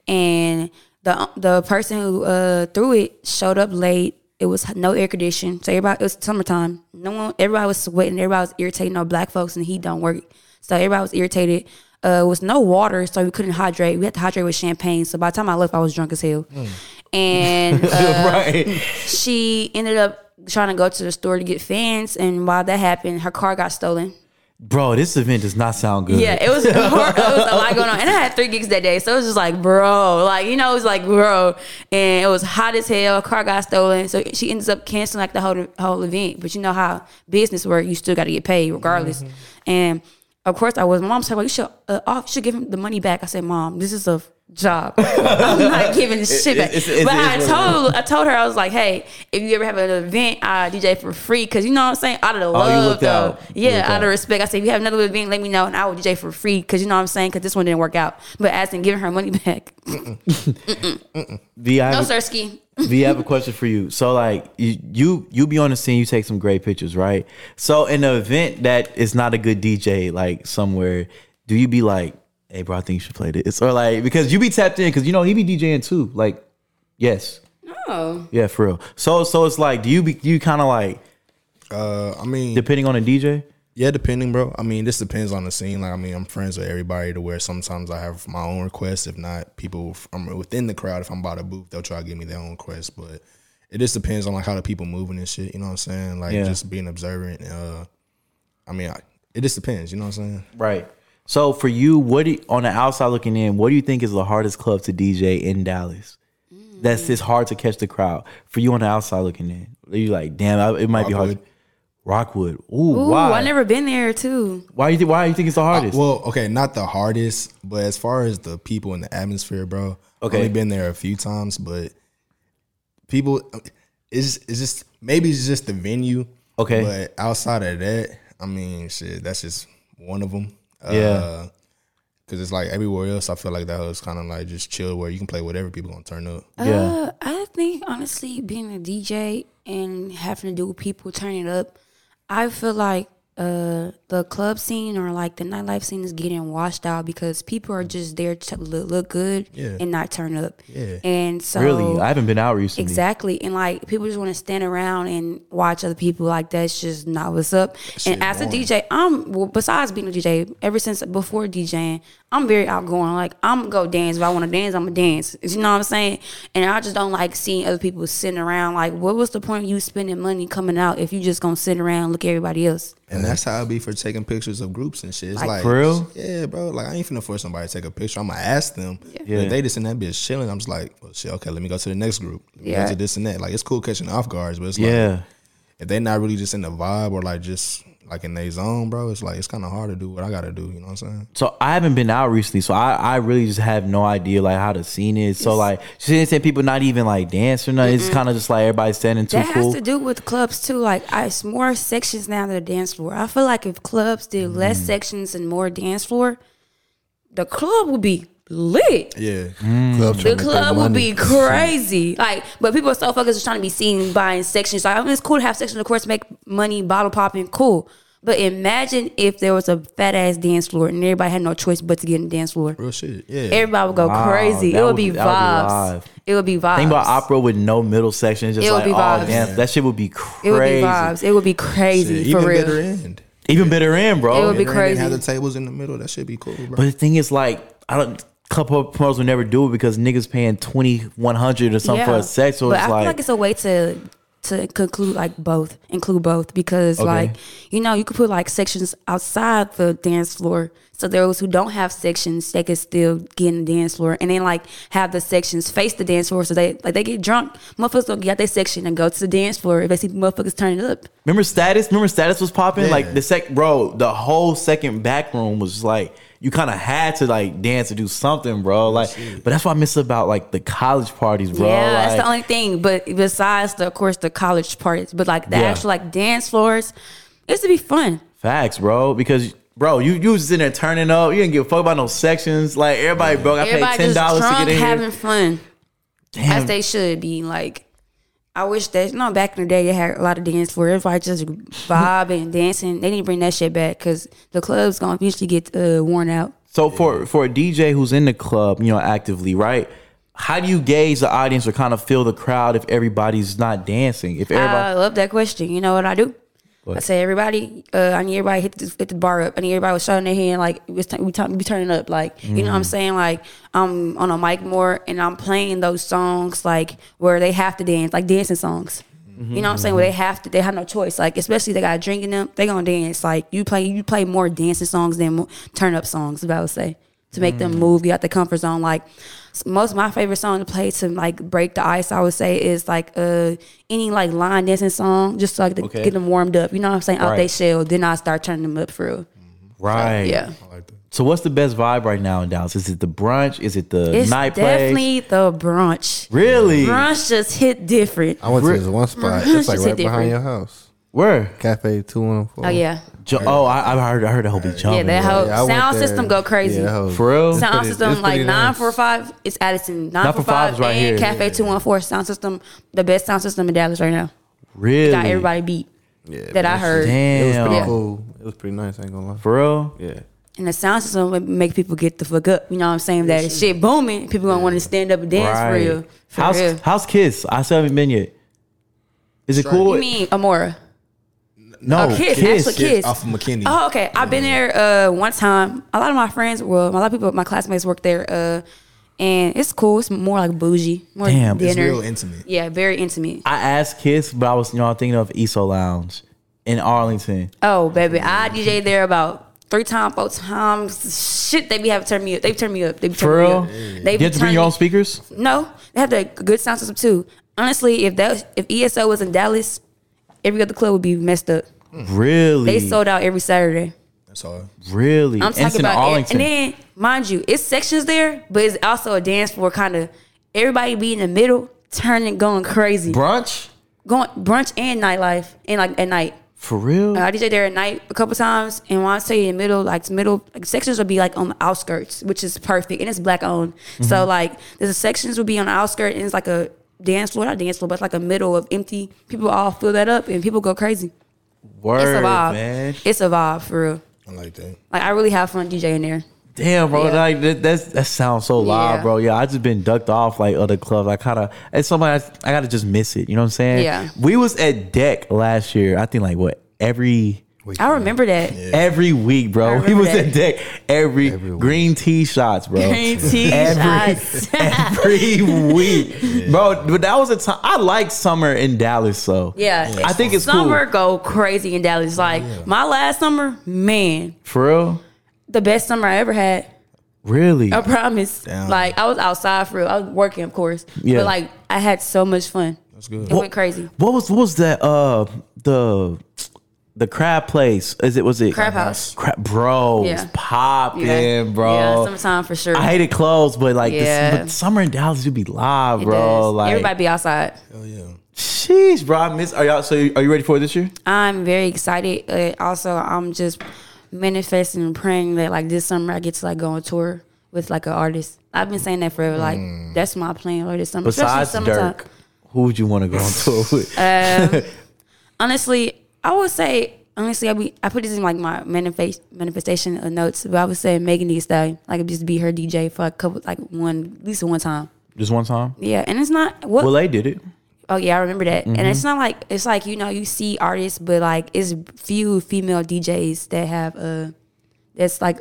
and the the person who uh, threw it showed up late. It was no air conditioning, so everybody it was summertime. No one, everybody was sweating. Everybody was irritated. No black folks, and the heat don't work, so everybody was irritated. Uh, it was no water, so we couldn't hydrate. We had to hydrate with champagne. So by the time I left, I was drunk as hell, and uh,
[LAUGHS] right.
she ended up trying to go to the store to get fans. And while that happened, her car got stolen.
Bro, this event does not sound good.
Yeah,
[LAUGHS]
it was hor- it was a lot going on, and I had three gigs that day, so it was just like, bro, like you know, it was like, bro, and it was hot as hell. Car got stolen, so she ends up canceling like the whole whole event. But you know how business work, you still got to get paid regardless.
Mm-hmm.
And of course, I was. My Mom said, "Well, you should uh, off, you should give him the money back." I said, "Mom, this is a
[LAUGHS]
job. I'm not giving this shit back."
it's- it's-
but
it's-
I told I told her I was like, "Hey, if you ever have an event, I DJ for free because you know what I'm saying out of the
you
love,
looked
though.
out. You
yeah,
looked
out of
out.
respect." respect. I said, if you have another event, let me know, and I will DJ for free because you know what I'm saying. Because this one didn't work out. But as in giving her money [LAUGHS] back,
V, I
no
have,
Sirski.
V, I have a question for you. So, like, you, you you be on the scene, you take some great pictures, right? So, in an event that is not a good DJ, like somewhere, do you be like, hey, bro, I think you should play this? Or like, because you be tapped in, because you know, he be DJing too. Like, yes.
Oh,
Yeah, for real. So, so it's like, do you be, you kind of like,
Uh, I mean,
depending on the DJ?
Yeah, depending, bro. I mean, this depends on the scene. Like, I mean, I'm friends with everybody to where sometimes I have my own requests. If not, people from within the crowd, if I'm by the booth, they'll try to give me their own request. But it just depends on like how the people moving and shit. You know what I'm saying? Like
Yeah.
just being observant. Uh, I mean, I, it just depends. You know what I'm saying?
Right. So for you, what do you, on the outside looking in, what do you think is the hardest club to DJ in Dallas? That's
Mm.
it's hard to catch the crowd. For you on the outside looking in, you like, damn, I, it might be hard. Rockwood. Ooh,
ooh,
why?
I never been there too.
why you thi- why you think it's the hardest?
Uh, Well, okay, not the hardest, but as far as the people in the atmosphere, bro.
Okay.
I've only been there a few times, but people, it's, it's just maybe it's just the venue.
Okay.
But outside of that, I mean, shit, that's just one of Uh, them.
Yeah.
Because it's like everywhere else, I feel like that was kind of like just chill where you can play whatever people gonna turn up.
yeah.
Uh, I think honestly, being a DJ and having to do with people turning up, I feel like uh, the club scene or like the nightlife scene is getting washed out because people are just there to loo- look good
Yeah.
and not turn up.
Yeah.
And so
really, I haven't been out recently.
Oh. Exactly. And like people just want to stand around and watch other people. Like that's just not what's up. and as a DJ, I'm well, besides being a DJ, ever since before DJing, I'm very outgoing. Like I'm gonna go dance. If I wanna dance, I'm gonna dance. You know what I'm saying? And I just don't like seeing other people sitting around. Like what was the point of you spending money coming out if you just gonna sit around and look at everybody else?
And that's how I be for taking pictures of groups and shit. It's
Like-
like,
For real?
Yeah, bro. Like I ain't finna force somebody to take a picture. I'm gonna ask them. Yeah.
Yeah.
If they just in that bitch chilling, I'm just like, well, shit. Okay, let me go to the next group. Let me
Yeah.
go to this and that. Like it's cool catching off guards, but it's like
yeah,
if they not really just in the vibe or like just like in their zone, bro, it's like it's kind of hard to do what I gotta do. You know what I'm saying?
so I haven't been out recently, so I, I really just have no idea like how the scene is. So like, she didn't say people not even like dance or nothing. It's kind of just like everybody standing too
that
cool.
has to do with clubs too. Like I, it's more sections now than the dance floor. I feel like if clubs did less
Mm.
sections and more dance floor, the club would be lit.
Yeah.
Club
The
trying to
club
make
would
money.
[LAUGHS]
be crazy. Like, but people are so focused on trying to be seen buying sections. Like, I mean, it's cool to have sections, of course, make money, bottle popping, cool. But imagine if there was a fat ass dance floor and everybody had no choice but to get in the dance floor.
Real shit. Yeah.
Everybody would go
Wow,
crazy.
that
It would
would
be
be- that would be
vibes.
live.
it would be vibes.
Think about opera with no middle section. It's just
It would
like
be
all
vibes.
dance. That shit would be
It
crazy.
would be vibes. It would be crazy
Shit,
for
even
real.
better end.
Even better in, bro.
It would be
Better end and
crazy.
Have the tables in the middle. That should be cool, bro.
But the thing is, like, I don't. Couple of promoters will never do it because niggas paying twenty one hundred or something for a set. So
but
it's
I
like,
feel like it's a way to to conclude like both, include both because
Okay.
like you know you could put like sections outside the dance floor, so those who don't have sections they could still get in the dance floor, and then like have the sections face the dance floor so they like they get drunk. Motherfuckers don't get their section and go to the dance floor if they see motherfuckers turning up.
remember status? Remember status was popping.
Yeah.
Like the sec, bro. The whole second back room was just like you kind of had to like dance or do something, bro. Like, but that's what I miss about like the college parties, bro.
yeah,
like,
that's the only thing. But besides the of course the college parties, but like the
Yeah.
actual like dance floors, it's to be fun.
facts, bro. Because. Bro, you you was just in there turning up. You didn't give a fuck about no sections. Like everybody broke. I
Everybody
paid ten dollars
just
to
drunk,
get in
having
here.
fun.
Damn.
as they should be. Like, I wish that no. Back in the day, they had a lot of dance floor. Everybody just vibe and dancing. They need to bring that shit back because the club's gonna eventually get uh, worn out.
So for for a DJ who's in the club, you know, actively, right? How do you gauge the audience or kind of feel the crowd if everybody's not dancing? If
I
everybody,
love that question. You know what I do? I say everybody. Uh, I need everybody hit the, hit the bar up. I need everybody with shot in their hand. Like it's t- we, t- we turning up. Like you know what I'm saying. Like I'm on a mic more and I'm playing those songs like where they have to dance, like dancing songs. You know what I'm saying? Where they have to, they have no choice. Like especially they got a drink in them, they gonna dance. Like you play, you play more dancing songs than mo- turn up songs. If I would say to make them move, get out the comfort zone. Like s- most, my favorite song to play to like break the ice, I would say is like uh any like line dancing song, just so I could
Okay.
get them warmed up. You know what I'm saying? Out they
Right.
shell, then I start turning them up for real.
right?
Yeah,
So what's the best vibe right now in Dallas? Is it the brunch? Is it the
it's
night play?
definitely the brunch.
Really?
Brunch just hit different.
I went to this one
[LAUGHS]
spot. It's like
Just a
right behind
different-
your house.
Where?
Cafe two one four.
Oh yeah,
Jo- oh, I, I heard. I heard. I hope he
yeah.
jumping.
That
bro.
whole
Yeah, I went
sound
there.
system go crazy.
Yeah, that whole-
for real.
sound
pretty-
system
it's
like
pretty
nine
nice.
four five. It's Addison nine four
945
five
is right
and
here.
Cafe two one four sound system. The best sound system in Dallas right now.
Really?
Got everybody beat
Yeah,
that I
man,
heard.
It was
Damn.
pretty
Yeah.
cool. It was pretty nice. I ain't gonna lie.
For real.
Yeah.
And the sound system would make people get the fuck up. You know what I'm saying? That is shit booming. People gonna want to stand up and dance for
Right.
real. For
House
real.
House Kiss. I still haven't been yet. Is it cool?
You mean Amora?
no,
Oh, Kiss, actually Kiss.
off of McKinney. Mm-hmm.
Oh, okay. I've been there uh, one time. A lot of my friends, well, a lot of people, my classmates work there, uh, and it's cool. It's more like bougie, more
Damn, it's
dinner.
it's real intimate.
yeah, very intimate.
I asked Kiss, but I was you know I'm thinking of ESO Lounge in Arlington.
Oh, baby, I DJ there about three times, four times. Shit, they be having turn me up. They turn me up. They be turn
For
me
real?
up. They
You
be
have to bring
turn
your own
me-
speakers.
No, they have that good sound system too. Honestly, if that if ESO was in Dallas, every other club would be messed up.
Really?
Hmm. They sold out every Saturday.
That's all.
really?
I'm talking
Instant
about
Arlington.
and then mind you, it's sections there, but it's also a dance floor kind of everybody be in the middle, turning going crazy.
brunch
going brunch and nightlife and like at night.
for real.
I DJ there at night a couple times, and when I say in the middle, like the middle like sections will be like on the
Mm-hmm.
outskirts, which is perfect, and it's black owned. So like there's a sections will be on the outskirts, and it's like a dance floor, not dance floor, but it's like a middle of empty. People all fill that up and people go crazy.
Word,
it's a vibe.
man.
It's a vibe for real.
I like that.
Like I really have fun DJing there.
Damn, bro.
Yeah.
Like that, that's that sounds so live,
Yeah.
bro. Yeah, I just been ducked off like other clubs. I kinda it's somebody I, I gotta just miss it. You know what I'm saying?
Yeah.
We was at deck last year. I think like what every
I remember that.
every week,
I
bro. We
remember
was
that.
at deck every, green tea shots, bro.
Green tea shots.
every week, bro. But that was a time I like summer in Dallas, so
Yeah,
I think it's
summer
cool
go crazy in Dallas. Like my last summer, man,
for real.
the best summer I ever had.
Really,
I promise. Like I was outside for real. I was working, of course.
Yeah.
But like I had so much fun.
That's good.
It went crazy.
What was what was that? Uh, the the crab place. Is it was it
Crab House.
Crab, bro,
Yeah.
yeah. popping, bro.
Yeah, summertime for sure.
I hated clothes, but like
Yeah.
the, but summer in Dallas would be live,
It
bro.
does.
Like,
Everybody be outside.
Hell yeah.
sheesh, bro. I miss. Are y'all? So, are you ready for it this year?
I'm very excited. Uh, also, I'm just manifesting and praying that like this summer I get to like go on tour with like an artist. I've been saying that forever. Like that's my plan. Or this summer,
Mm. Besides
especially summertime.
Dirk, who would you want to go on [LAUGHS] tour with?
honestly, I would say honestly, I be I put this in like my manifest manifestation of notes, but I would say Megan Thee Stallion, like just be her DJ for a couple like one at least one time.
Just one time.
Yeah, and it's not what.
Well, they did it.
oh yeah, I remember that. And it's not like it's like you know you see artists, but like it's few female DJs that have uh that's like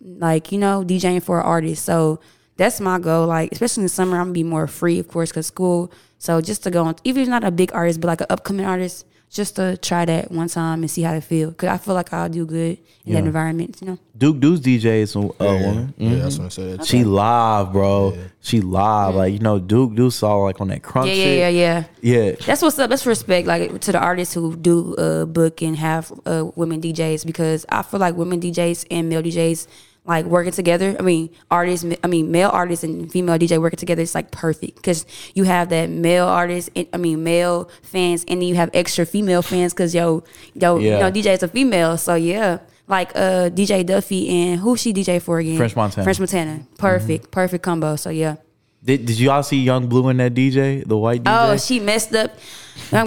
like you know DJing for an artist. So that's my goal. Like especially in the summer, I'm gonna be more free, of course, cause school. So just to go on, even if not a big artist, but like an upcoming artist, just to try that one time and see how it feel. Cause I feel like I'll do good in that environment. You know,
Duke Duke's DJ is a a
yeah.
woman.
Yeah, that's what I said. That
She live, bro. She live. Like you know, Duke Duke saw like on that crunk
yeah,
Oh, shit.
yeah, yeah, yeah.
Mm. Yeah.
That's what's up. That's respect, like to the artists who do uh, book and have uh, women DJs because I feel like women DJs and male DJs like working together. I mean, artists. I mean, male artists and female DJ working together is like perfect because you have that male artist. And, I mean, male fans, and then you have extra female fans because yo, yo,
Yeah.
you know, DJ is a female. So yeah. Like uh, DJ Duffy and who she DJ for again?
French Montana. Mm-hmm.
French Montana. Perfect, perfect combo. So yeah.
Did, did y'all see Young Blue in that DJ, the white DJ? [LAUGHS]
Oh, she messed up. And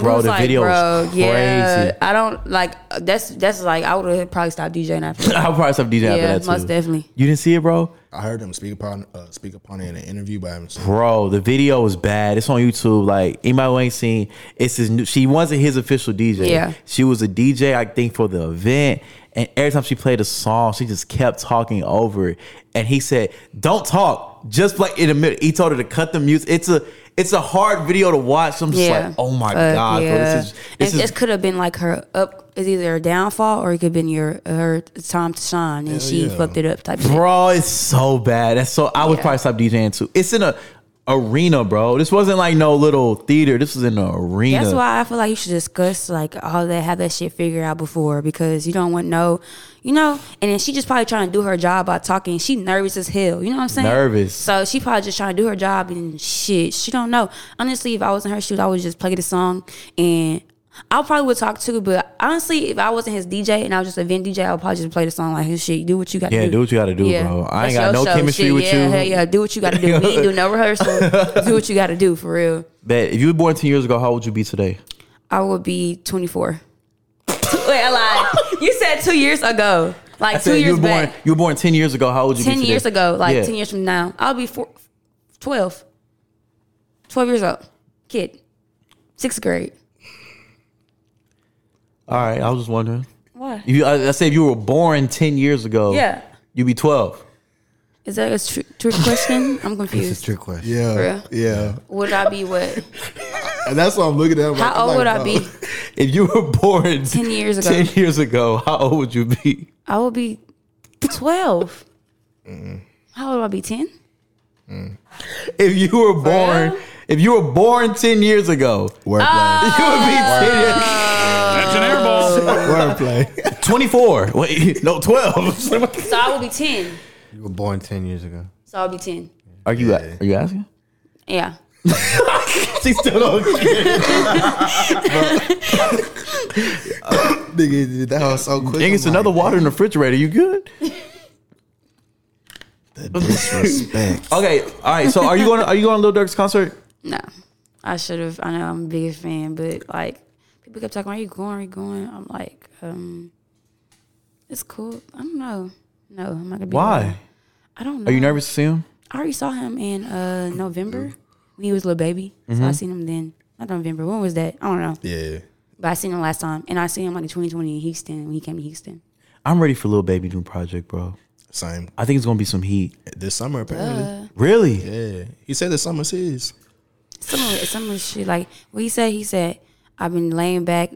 Bro,
bro, was
the
like,
video
bro,
was
yeah,
crazy.
I don't like that's that's like I would have probably stopped DJing after. that.
I'll probably stop DJ after
yeah,
that too.
most definitely.
You didn't see it, bro?
I heard them speak upon uh, speak upon it in an interview, but I haven't seen it.
Bro, the video was bad. It's on YouTube. Like anybody who ain't seen, it's his. New, she wasn't his official DJ.
Yeah.
she was a DJ, I think, for the event. And every time she played a song, she just kept talking over it. And he said, "Don't talk." Just like in the middle, he told her to cut the music. It's a it's a hard video to watch. I'm just
Yeah.
like, oh my
Fuck,
god, bro,
yeah.
this is this
and
is
this could have been like her up. It's either her downfall or it could have been your her time to shine, and she
yeah.
fucked it up. Type. Bro,
bro. It's so bad. That's so. I would
Yeah.
probably stop DJing too. It's in a arena, bro. This wasn't like no little theater. This was in an arena.
that's why I feel like you should discuss like all that, have that shit figured out before because you don't want no, you know. And then she just probably trying to do her job by talking. She nervous as hell. You know what I'm saying?
Nervous.
So she probably just trying to do her job and shit. She don't know. Honestly, if I was in her shoes, I would just play the song and I probably would talk too. But honestly, if I wasn't his DJ and I was just a event DJ, I would probably just play the song like his shit. Do what you got.
Yeah,
do.
do what you gotta do, bro. I ain't got no
your
chemistry
Shit,
with
yeah,
you.
hell yeah, do what you got to do. We ain't do
[LAUGHS]
no rehearsal. do what you got to do for real.
Bet if you were born ten years ago, how old would you be today?
I would be 24. [LAUGHS] Wait, I lied. You said two years ago. Like two
you
years
were born.
back.
You were born ten years ago. How old would you be?
10
today?
years ago. Like
Yeah.
10 years from now. I'll be four, 12. 12 years old. Kid. Sixth grade.
All right, I was just wondering.
What?
If you, I, I said if you were born ten years ago,
Yeah.
you'd be twelve.
Is that a tr- trick question?
It's
I'm
a
confused.
trick question.
Yeah,
real?
yeah.
Would I be what?
And that's what I'm looking at. I'm like-
How
I'm
old would
like,
I be?
bro.
If you were born
[LAUGHS] 10 years ago.
ten years ago, how old would you be?
I would be 12. How old would I be? 10?
If you were born,
real? Oh.
if you were born ten years ago,
Wordplay.
[LAUGHS] you would be ten. Years,
[LAUGHS]
That's an air ball.
Wordplay.
24. Wait, no,
[LAUGHS]
12.
So I would be 10.
You were born ten years ago.
So I'll be 10.
Are you are you asking?
Yeah.
She still don't
[LAUGHS] Nigga, did that was so quick.
Dang, it's
I'm
another
like,
water in the refrigerator. You good?
The disrespect.
Okay, all right. So are you going to, are you going to Lil Durk's concert?
No. I should have. I know I'm the biggest fan, but like people kept talking, "Are you going? Are you going?" I'm like, um, it's cool. I don't know. No, I'm not gonna be. going.
Why?
I don't. know.
Are you nervous to see him?
I already saw him in uh November when he was a little baby. So
Mm-hmm.
I seen him then. Not November. When was that? I don't know.
[LAUGHS] Yeah.
But I seen him last time, and I seen him like in 2020 in Houston when he came to Houston.
I'm ready for Lil Baby new project, bro.
Same.
I think it's gonna be some heat.
This summer apparently.
Really?
Yeah. He said the summer's his.
Some of some of the shit like what he said. He said I've been laying back,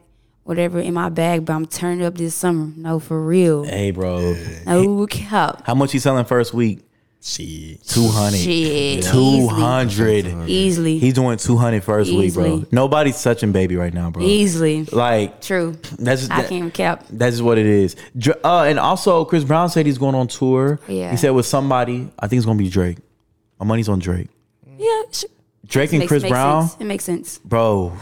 whatever in my bag, but I'm turning up this summer. No, for real.
Hey, bro.
No cap.
How much he selling first week?
Shit.
Two hundred.
Shit.
Two
Easily.
hundred.
Easily.
He's doing 200 first week, bro.
Easily.
Nobody's touching baby right now, bro.
Easily.
Like
True.
That's
I
that-
can't cap.
That's just what it is. Dr- Uh, and also, Chris Brown said he's going on tour.
Yeah.
He said with somebody. I think it's gonna be Drake. My money's on Drake.
Yeah. Sure.
Drake and
Makes-
Chris
makes
Brown,
sense. It makes sense.
bro.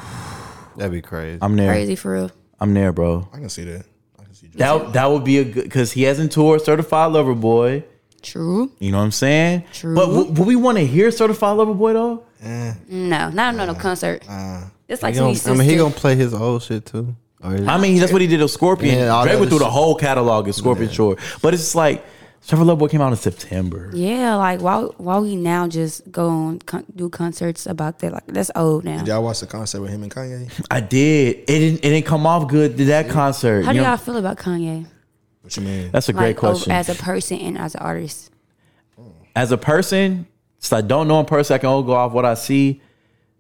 That'd be crazy.
I'm there.
Crazy for real.
I'm there, bro.
I can see that. I can see Drake.
That that would be a good because he hasn't toured Certified Lover Boy.
True.
You know what I'm saying?
True.
But w- would we want to hear Certified Lover Boy though?
No, not no no concert. it's like
He gonna-
some
I mean, he gonna play his old shit too. Oh, Or [LAUGHS] is-
I mean, that's what he did with Scorpion.
Yeah, all
Drake
that
went through
other
the whole catalog in Scorpion Shore. But it's just like Certified Lover Boy came out in September.
Yeah, like why why we now just go on con- do concerts about that? Like that's old now.
Did y'all watch the concert with him and Kanye?
I did. It didn't. It didn't come off good to that concert.
How
you
do
know?
y'all feel about Kanye?
What you mean?
That's a great
like, over-
question.
as a person and as an artist.
as a person, since I don't know in person, I can only go off what I see.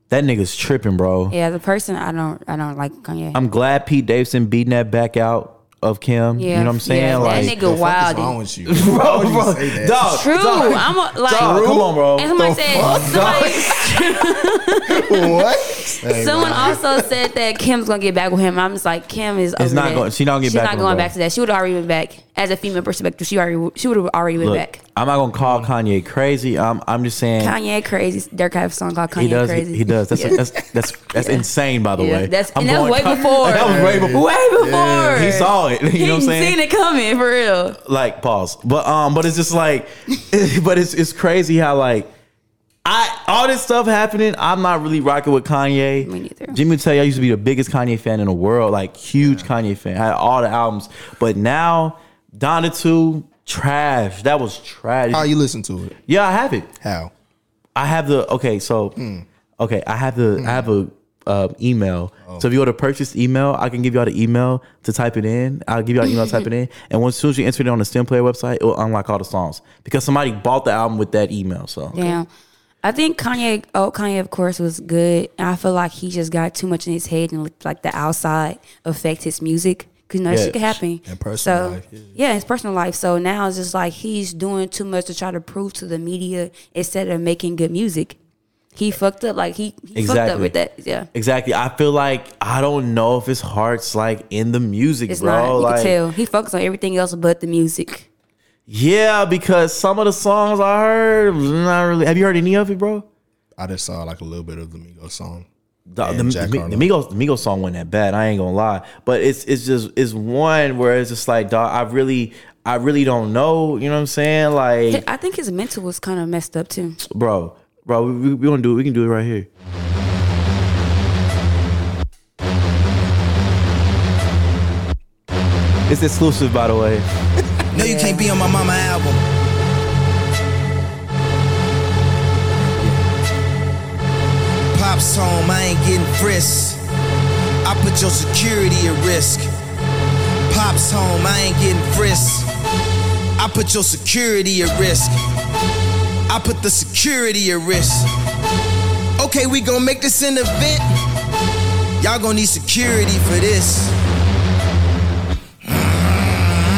That nigga's tripping, bro.
Yeah, as a person, I don't I don't like Kanye.
I'm glad Pete Davidson beating that back out of Kim.
yeah,
You know what I'm saying?
yeah,
like,
that nigga
What's
wild.
wrong with
[LAUGHS]
you?
bro, bro, dog,
True,
dog,
I'm a, like.
dog, come on, bro.
And somebody said
[LAUGHS]
somebody,
what?
someone also said that Kim's gonna get back with him. I'm just like Kim is.
It's
over
not
that.
going- she not gonna get
She's
back
not
with him,
going
bro.
back to that. She would already been back as a female perspective. She already she would have already been
Look,
back.
I'm not gonna call Kanye crazy. I'm, I'm just saying
Kanye crazy. Dirk have a song called Kanye
he does.
crazy.
He does. That's
Yeah.
that's that's, that's insane. By the
Yeah,
way,
that's
I'm
and that was
going
way
Ka-
before.
That was way before.
Way before.
He saw it. [LAUGHS] You
[LAUGHS] He
know what I'm saying?
seen it coming for real.
like pause but um but it's just like [LAUGHS] but it's it's crazy how like I all this stuff happening I'm not really rocking with Kanye
Me neither.
Jimmy would tell you I used to be the biggest Kanye fan in the world like huge Kanye fan I had all the albums but now Donna 2 trash that was trash
How you listen to it?
yeah I have it
How?
I have the okay so
Hmm.
okay I have the I have a uh, email. So if you go to purchase email, I can give y'all the email to type it in. I'll give y'all an email to type it
[LAUGHS]
in, and once soon as you enter it on the STEM Player website, it will unlock all the songs because somebody bought the album with that email. So
Damn. I think Kanye, oh Kanye, of course, was good. And I feel like he just got too much in his head and let, like the outside affect his music. Cause you know that
Yeah.
shit could happen.
And personal
so,
life, yeah.
Yeah, his personal life. So now it's just like he's doing too much to try to prove to the media instead of making good music. He fucked up. Like he, he fucked up
Exactly.
with that. Yeah.
exactly, I feel like I don't know if his heart's like in the music,
It's
bro.
not. You
like
can tell. He focused on everything else but the music.
yeah, because some of the songs I heard was not really. Have you heard any of it, bro?
I just saw like a little bit of the Migos song.
The,
And
the,
Jack
the, the
Harlow.
Migos the Migos song wasn't that bad. I ain't gonna lie, but it's it's just it's one where it's just like, dog, I really I really don't know. You know what I'm saying? Like,
I think his mental was kind of messed up too.
bro, bro, we, we, we gonna do it. We can do it right here. It's exclusive, by the way.
No, you can't be on my mama album. Pops home, I ain't getting frisked. I put your security at risk. Pops home, I ain't getting frisked. I put your security at risk. I put the security at risk. Okay, we gonna make this an event. Y'all gonna need security for this.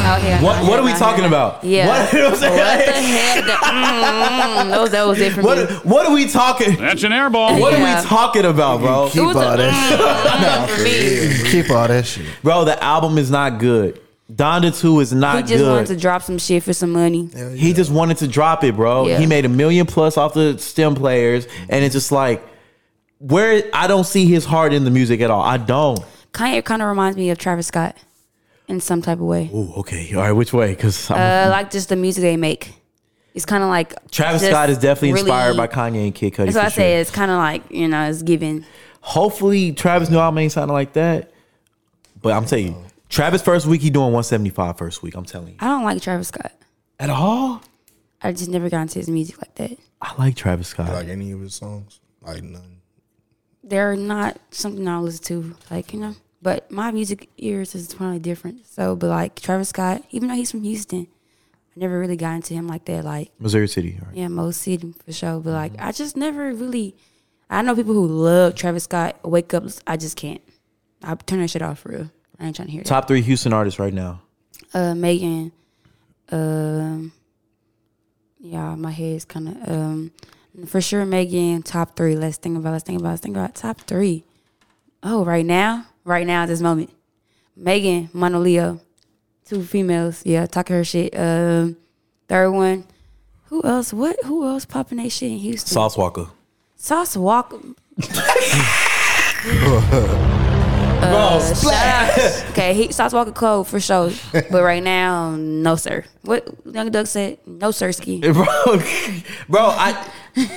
Out here, out
What what
here,
are we
out
talking
here.
about?
Yeah.
What, [LAUGHS] you know what I'm saying?
What the heck? The, mm, mm, those, that was it for me.
What what are we talking?
That's an air ball.
What are
Yeah.
we talking about, bro?
it
Keep
was a, [LAUGHS]
all that.
mm, for me.
shit. Keep all that shit.
Bro, the album is not good. Donda 2 is not
He just
good.
wanted to drop some shit for some money.
He just wanted to drop it, bro.
Yeah.
He made a million plus off the stem players, and it's just like where I don't see his heart in the music at all. I don't.
Kanye kind of reminds me of Travis Scott in some type of way.
Ooh, okay. All right, which way? Because
Uh, like just the music they make. it's kind of like
Travis
just
Scott is definitely
really-
inspired by Kanye and Kid Cudi.
That's what
for
I
sure.
say. It's kind of like you know, it's giving.
Hopefully, Travis Noel ain't something like that. But I'm telling you, Travis first week he doing 175 first week. I'm telling you,
I don't like Travis Scott
at all.
I just never got into his music like that.
I like Travis Scott.
like any of his songs? Like none.
They're not something I listen to, like you know. But my music ears is probably different. So, but like Travis Scott, even though he's from Houston, I never really got into him like that. Like
Missouri City. Right?
Yeah, Mo City for sure. But like, I just never really. I know people who love Travis Scott. Wake up! I just can't. I turn that shit off for real. I ain't trying to hear
Top three Houston artists right now.
that. Uh, Megan. Um. Yeah, my head's kind of um. For sure, Megan. Top three. Let's think about. Let's think about. Let's think about top three. Oh, right now, right now, at this moment, Megan, Mona Leo, two females. Yeah, talking her shit. Um, third one. Who else? What? Who else popping that shit in Houston?
Sauce Walker.
Sauce Uh, Walker.
Bro,
shout out- Okay, he, Sauce Walker cold for sure. But right now, no sir. What Young Doug said, no
[LAUGHS]
sirski.
bro, bro, I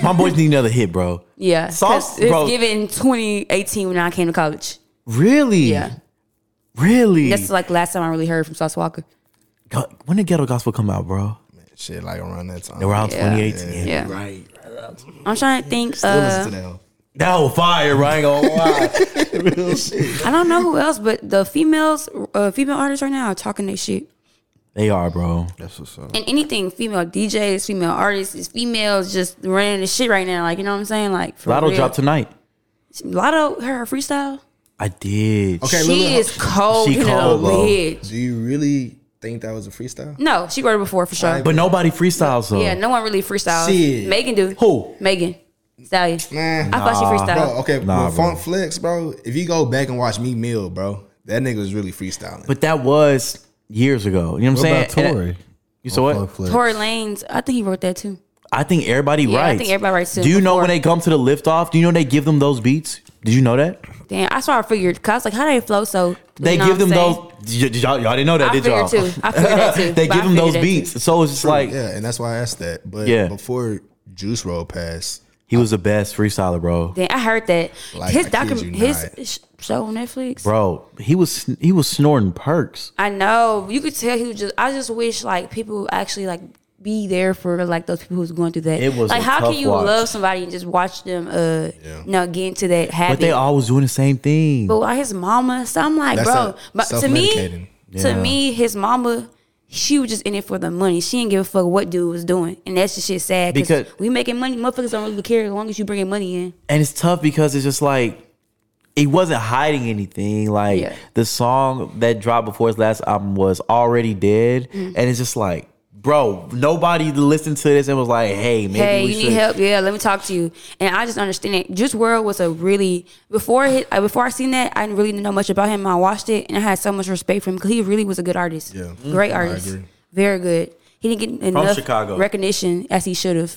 my boys need another hit, bro.
Yeah, 'cause
Sauce,
It's
bro.
given 2018 when I came to college.
Really?
Yeah.
Really?
That's like last time I really heard from Sauce Walker.
Go- when did Ghetto Gospel come out, bro?
Shit, like around that time.
Around
Yeah.
2018.
Yeah.
Right.
I'm trying to think.
Still listen to
uh,
that. one.
That was fire, right? I ain't gonna lie. Real shit.
I don't know who else, but the females, uh, female artists right now are talking their shit.
They are, bro.
That's what's up.
and anything female DJs, female artists, is females just running the shit right now. Like you know what I'm saying? Like for
Lotto
real.
dropped tonight.
Lotto her freestyle.
I did.
Okay,
she
look, look.
is cold
She
in
cold,
the
bro.
bitch.
Do you really think that was a freestyle?
No, she wrote it before for sure.
But nobody freestyles though.
yeah, no one really freestyles.
Shit.
Megan do.
Who?
Megan Stallion.
Nah.
I thought she freestyled.
Bro, okay,
Nah,
with
bro.
Funk Flex, bro. If you go back and watch Me Mill, bro, that nigga was really freestyling.
But that was years ago. You know what I'm
What
saying?
about Tory?
You saw
Funk
what?
Flex.
Tory Lanez, I think he wrote that too.
I think everybody
Yeah, I
writes.
think everybody writes
Do
it
you know when
before.
they come to the lift off? Do you know they give them those beats? Did you know that?
Damn, I saw I figured. Cause I was like, how do they flow so?
They
you know
give
what I'm
them
saying?
those. y- y- y'all, y'all didn't know that,
I
did
figured
y'all?
too. I figured that too.
[LAUGHS] they
But I
give them
figured
those
that
beats,
too.
so it's just like
yeah, and that's why I asked that. But
Yeah.
before Juice Roll passed,
he was the best freestyler, bro.
Damn, I heard that.
Like,
his
I kid
document,
you
his
not.
sh- show on Netflix.
Bro, he was sn- he was snorting perks.
I know. You could tell he was just I just wish like people actually like be there for like those people who's going through that.
It was
like
a
how
tough
can you
watch.
love somebody and just watch them uh you know get into that habit.
But they all was doing the same thing.
but why his mama. So I'm like,
That's
bro,
a-
but to me
self-medicating.
to
Yeah.
me, his mama she was just in it for the money. She didn't give a fuck what dude was doing, and that's just shit sad. Cause
Because-
we making money, motherfuckers don't really care as long as you bringing money in.
and it's tough because it's just like he wasn't hiding anything. Like
Yeah.
the song that dropped before his last album was already dead,
Mm.
and it's just like, bro, nobody listened to this and was like, hey, maybe
hey,
we
you
should.
need help? Yeah, let me talk to you. And I just understand it. Juice World was a really before his, uh, before I seen that, I didn't really know much about him. I watched it and I had so much respect for him because he really was a good artist.
Yeah.
great
Mm-hmm.
I
artist,
agree.
very good. He didn't get enough
Chicago.
recognition as he should have.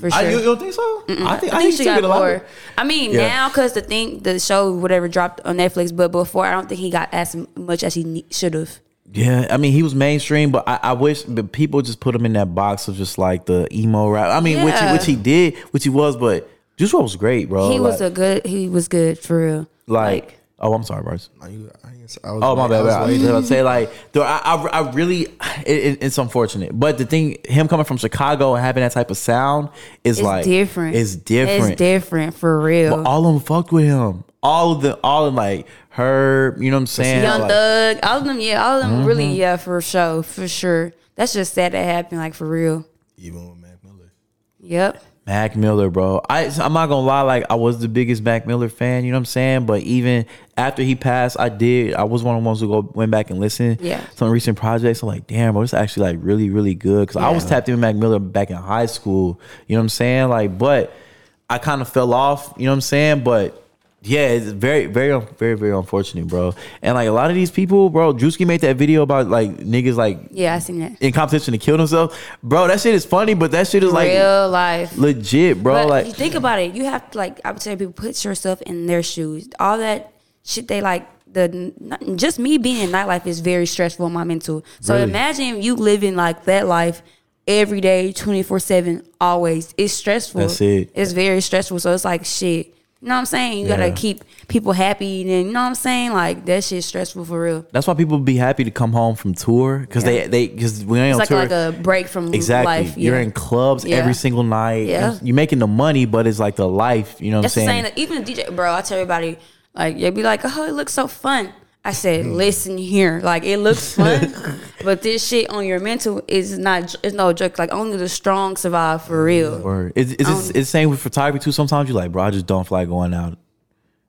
For sure.
I, you don't think so? I think I,
think
used to get a lot. Of,
I mean,
Yeah.
now because the thing, the show, whatever dropped on Netflix, but before, I don't think he got as much as he should have.
yeah, I mean, he was mainstream, but I, I wish but people just put him in that box of just like the emo rap. I mean, which he,
Yeah.
which he did, which he was, but Juice WRLD was great, bro.
He was a
Oh, Like-
good. He was good for real.
like. Oh, I'm sorry, Bryce.
I, I, ain't- I was
Oh my
I
bad.
was
bad. I was
waiting.
about to say like, there, I, I, I really, it, it- it's unfortunate. But the thing, him coming from Chicago and having that type of sound is
It's
like
different.
It's different.
It's different for real.
But all of them fucked with him. All of the, all of like her. You know what I'm saying?
Young
Like,
Thug, all of them, yeah, all of them really, yeah, for sure, for sure. That's just sad that happened, like for real.
Even with Mac Miller.
Yep.
Mac Miller, bro. I I'm not gonna lie, like I was the biggest Mac Miller fan, you know what I'm saying? But even after he passed, I did I was one of the ones who go went back and listened
Yeah.
some recent projects. I'm like, damn, bro, it's actually like really, really good. Cause I was tapped in with Mac Miller back in high school. You know what I'm saying? Like, but I kind of fell off, you know what I'm saying? But yeah, it's very, very, un- very, very unfortunate, bro. And like a lot of these people, bro, Drewski made that video about like niggas like
Yeah, I seen that.
in competition to kill themselves. Bro, that shit is funny, but that shit is like
real life.
legit, bro.
But
like
you think about it, you have to like I would tell people put yourself in their shoes. All that shit they like the not, just me being in nightlife is very stressful on my mental. So imagine you living like that life every day, 24 7, always. It's stressful.
That's it.
It's very stressful. So it's like shit. You know what I'm saying? You
Yeah.
gotta keep people happy and then you know what I'm saying? Like that shit's stressful for real.
That's why people be happy to come home from tour because they
Yeah.
they because we ain't
It's
on
like
tour.
like a break from
exactly,
life.
you're
yeah.
in clubs
Yeah.
every single night.
Yeah.
You're making the money, but it's like the life. You know what
That's
I'm
the
saying?
same. Even the DJ, bro, I tell everybody, like, they be like, oh, it looks so fun. I said,
Mm.
listen here, like, it
[LAUGHS]
looks fun, but this shit on your mental is not, it's no joke. Like, only the strong survive for real.
Or is,
Um,
is this, it's the same with photography too? Sometimes you're like, bro, I just don't feel like going out.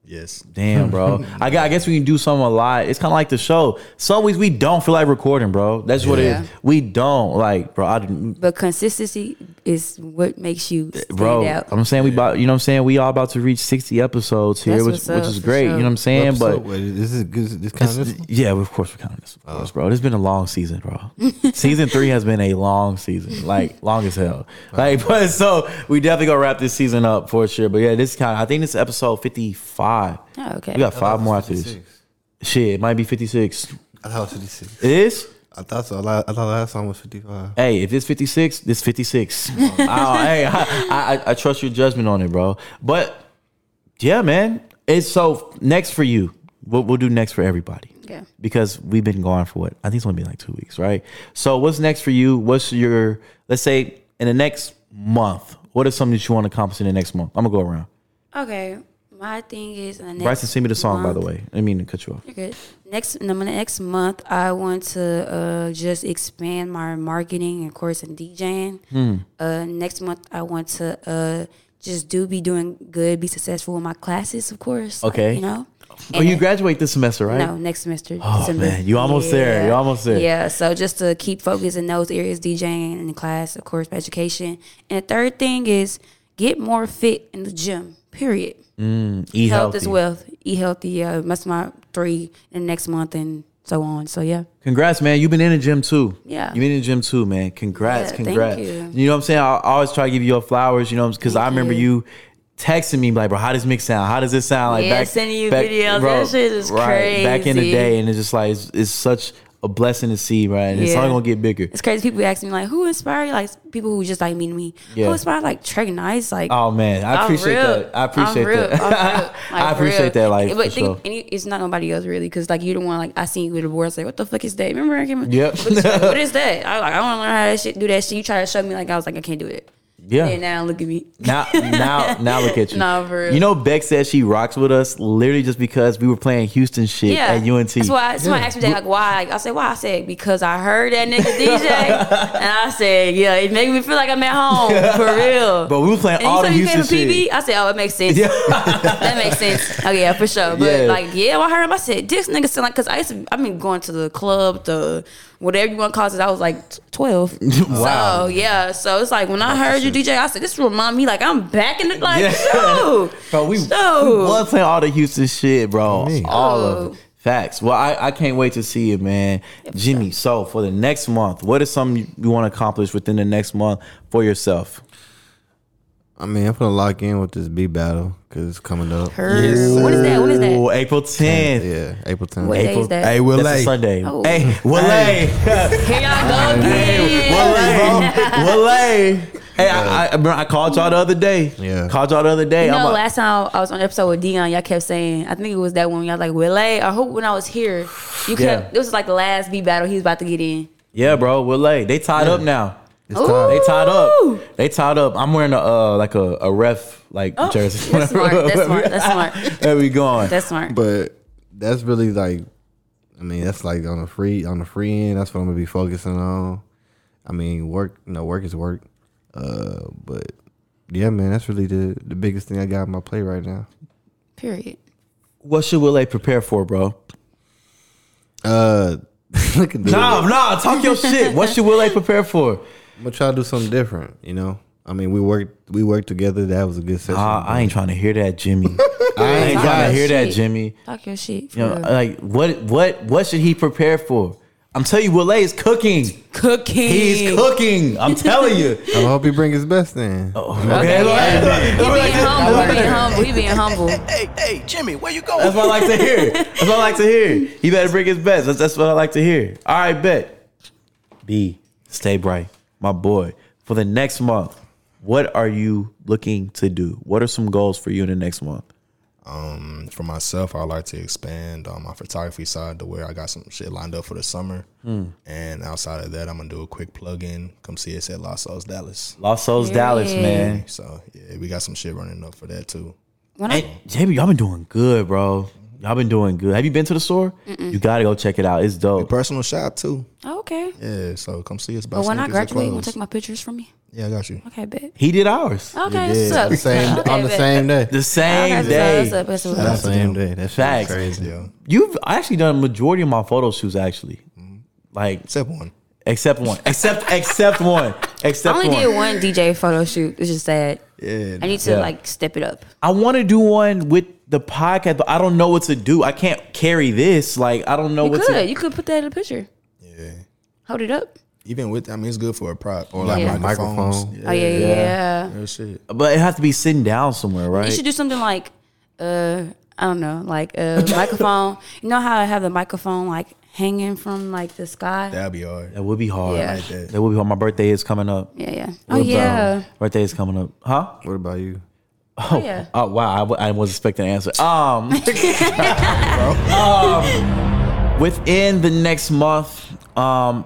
Yes.
Damn,
[LAUGHS]
bro. I, gu- I guess we can do something a lot. It's kind of like the show. Some weeks we don't feel like recording, bro. That's what
Yeah.
it is. We don't like, bro. I, didn't-
But consistency is what makes you stand
bro,
out.
I'm saying we about, you know what I'm saying? We all about to reach 60 episodes here,
That's
which,
what's
which
up,
is
for
great. You
sure.
know what I'm saying?
What
but
episode was it? this is this, this kind of this one?
Yeah, of course we're counting this,
Oh.
of course, bro. It's been a long season,
[LAUGHS]
bro. season three has been a long season, like long as hell. Like, [LAUGHS] but so we definitely gonna wrap this season up for sure. But yeah, this kind, I think this is episode fifty five.
Oh, okay.
we got five more after this. Shit, it might be fifty six. I thought fifty six. It is.
I thought so. I thought the last song was fifty five.
Hey, if it's 56, this
[LAUGHS]
56. Oh, hey, I, I, I trust your judgment on it, bro. But yeah, man, it's so next for you. What we'll do next for everybody.
Yeah.
Because we've been gone for what? I think it's only been like two weeks, right? So what's next for you? What's your, let's say in the next month, what is something that you want to accomplish in the next month? I'm going to go around.
Okay, my thing is, the next
Bryson, send me the song, by
month-
the way. I didn't mean to cut you off.
You're good. Next, in the next month, I want to uh, just expand my marketing, of course, and DJing.
Hmm.
Uh, next month, I want to uh, just do be doing good, be successful in my classes, of course. like,
Okay.
you know.
Oh, you graduate this semester, right?
No, next semester.
Oh,
December.
man, you almost there. You almost there.
Yeah, so just to keep focused in those areas, DJing in class, of course, education. And the third thing is get more fit in the gym. Period.
Mm, eat
health is
healthy.
wealth. Eat healthy. Yeah, that's my three in the next month and so on. So yeah,
Congrats, man. You've been in the gym too.
Yeah.
You've been in the gym too, man. Congrats,
Yeah, thank
congrats.
you.
know what I'm saying? I, I always try to give you your flowers, you know, because I remember you. texting me like, bro, how does mix sound? How does this sound? Like
Yeah, sending you videos. That shit is
Back in the
crazy.
day, and it's just like it's, it's such a blessing to see, right? And it's
Yeah.
only gonna get bigger.
it's crazy. People ask me like, who inspired you? Like people who just like meet me.
Yeah.
Who inspired like Trey Nice? Like
Oh man, I
I'm
appreciate
real.
that. I appreciate
I'm real.
that. [LAUGHS]
I'm real.
I
Like, for
appreciate
real.
that, like
but
for
think,
sure.
and you- it's not nobody else really, because like you the one like I seen you with the boards. Like what the fuck is that? Remember I came. [LAUGHS]
Yep.
What is, what is that? I like I want to learn how that shit do that shit. You try to show me like I was like I can't do it.
[LAUGHS] Yeah.
And now look at me.
Now, now, now look at you.
[LAUGHS] Nah, for real.
You know, Beck said she rocks with us literally just because we were playing Houston shit
Yeah,
at UNT.
That's why someone asked me that, like, why? I said, why? I said, because I heard that
[LAUGHS]
nigga DJ, and I said, yeah, it made me feel like I'm at home
[LAUGHS]
for real.
But we were playing
And
all the
you said you came
Houston
to PB.
shit.
I said, oh, it makes sense. [LAUGHS] that makes sense. Oh yeah, for sure. But
Yeah.
like, yeah, when I heard him. I said, this nigga sound like, cause I used to, I mean, going to the club, the whatever you want to call it. since I was like t- twelve.
[LAUGHS] Wow.
So yeah, so it's like when I heard you DJ, I said, this remind me like I'm back in the like,
Yeah. [LAUGHS]
show.
Bro, we, we
So-
love playing all the Houston shit, bro. All of
Oh.
it. Facts. Well, I, I can't wait to see it, man. Jimmy, so for the next month, what is something you, you want to accomplish within the next month for yourself?
I mean, I'm gonna lock in with this B battle because it's coming up.
What is that? What is that?
Ooh, April 10th.
Yeah, April 10th.
What day
April,
is that?
Hey, Will
That's a
A.
Sunday.
Oh.
Hey, Willay.
Here y'all go again.
Willay. Hey, I, I, bro, I called y'all the other day.
Yeah.
Called y'all the other day.
You
I'm
know,
like-
last time I was on the episode with Dion, y'all kept saying, I think it was that one, y'all like, Will I? I hope when I was here, you kept,
Yeah.
this was like the last B battle he was about to get in.
yeah, bro, Willay. They tied up now.
It's time.
They tied
Ooh.
up. They tied up. I'm wearing a uh, like a, a ref like
Oh,
jersey. [LAUGHS]
that's smart. That's smart. That's smart.
there we going.
That's smart.
But that's really like, I mean, that's like on the free on the free end. That's what I'm gonna be focusing on. I mean, work, you know, work is work. Uh, but yeah, man, that's really the the biggest thing I got on my plate right now.
Period.
what should Willay prepare for, bro?
Uh, [LAUGHS] look at this.
Nah, nah, talk [LAUGHS] your shit. What should Willay prepare for?
I'm gonna try to do something different. You know, I mean, we worked we worked together. That was a good session.
Uh, I ain't trying to hear that,
[LAUGHS]
Jimmy. I ain't
Talk
trying
your
to hear that,
shit.
Jimmy.
Talk your shit. For
You know,
real.
like what, what, what should he prepare for? I'm telling you, Willay is cooking.
cooking.
He's cooking. I'm telling
[LAUGHS]
you.
I hope he bring his best in.
Okay,
He
[LAUGHS] like-
being humble. He being humble. He being humble.
Hey, hey, Jimmy, where you going?
That's what I like to hear. That's what I like to hear. He better bring his best. That's, that's what I like to hear. All right, bet. B, stay bright. my boy, for the next month, what are you looking to do? What are some goals for you in the next month?
Um, for myself, I like to expand on my photography side to where I got some shit lined up for the summer.
Hmm.
And outside of that, I'm gonna do a quick plug in. Come see us at Los O's Dallas.
Los O's Dallas, man.
So yeah, we got some shit running up for that too.
When
I- Jamie, y'all been doing good, bro. Y'all been doing good. Have you been to the store?
Mm-mm.
You gotta go check it out. It's dope.
personal shop too.
Oh, okay.
Yeah, so come see us. Buy
But when I
sneakers and
graduate, you want to
clothes.
take my pictures from me?
Yeah, I got you.
Okay, bet.
He did ours.
Okay, You did. what's up? The same- Okay, on the bet.
same day.
The same
Oh. Okay,
day.
what's up, what's up,
what's up?
same day. That's facts.
crazy.
You've actually done a majority of my photo shoots actually. Like
except one.
Except one. Except except one. Except
I only
one.
did one DJ photo shoot. It's just sad.
Yeah.
I need to
Yeah.
like step it up.
I want to do one with the podcast, but I don't know what to do. I can't carry this. Like I don't know
you
what
could.
to
You could put that in a picture.
Yeah.
Hold it up.
Even with, I mean, it's good for a prop or
Yeah.
like
Yeah.
microphones.
Microphone.
Oh yeah, yeah. yeah.
Real shit.
But it has to be sitting down somewhere, right?
You should do something like, uh, I don't know, like
[LAUGHS]
uh, microphone. You know how I have the microphone like hanging from like the sky.
That'd be hard.
That would be hard.
Yeah. I like that.
That would be hard. My birthday is coming up.
Yeah, yeah.
What
Oh
about-
yeah.
Birthday is coming up. Huh?
What about you?
Oh,
Oh, yeah.
oh, wow. I, w- I was expecting an answer. Um, um, within the next month, um,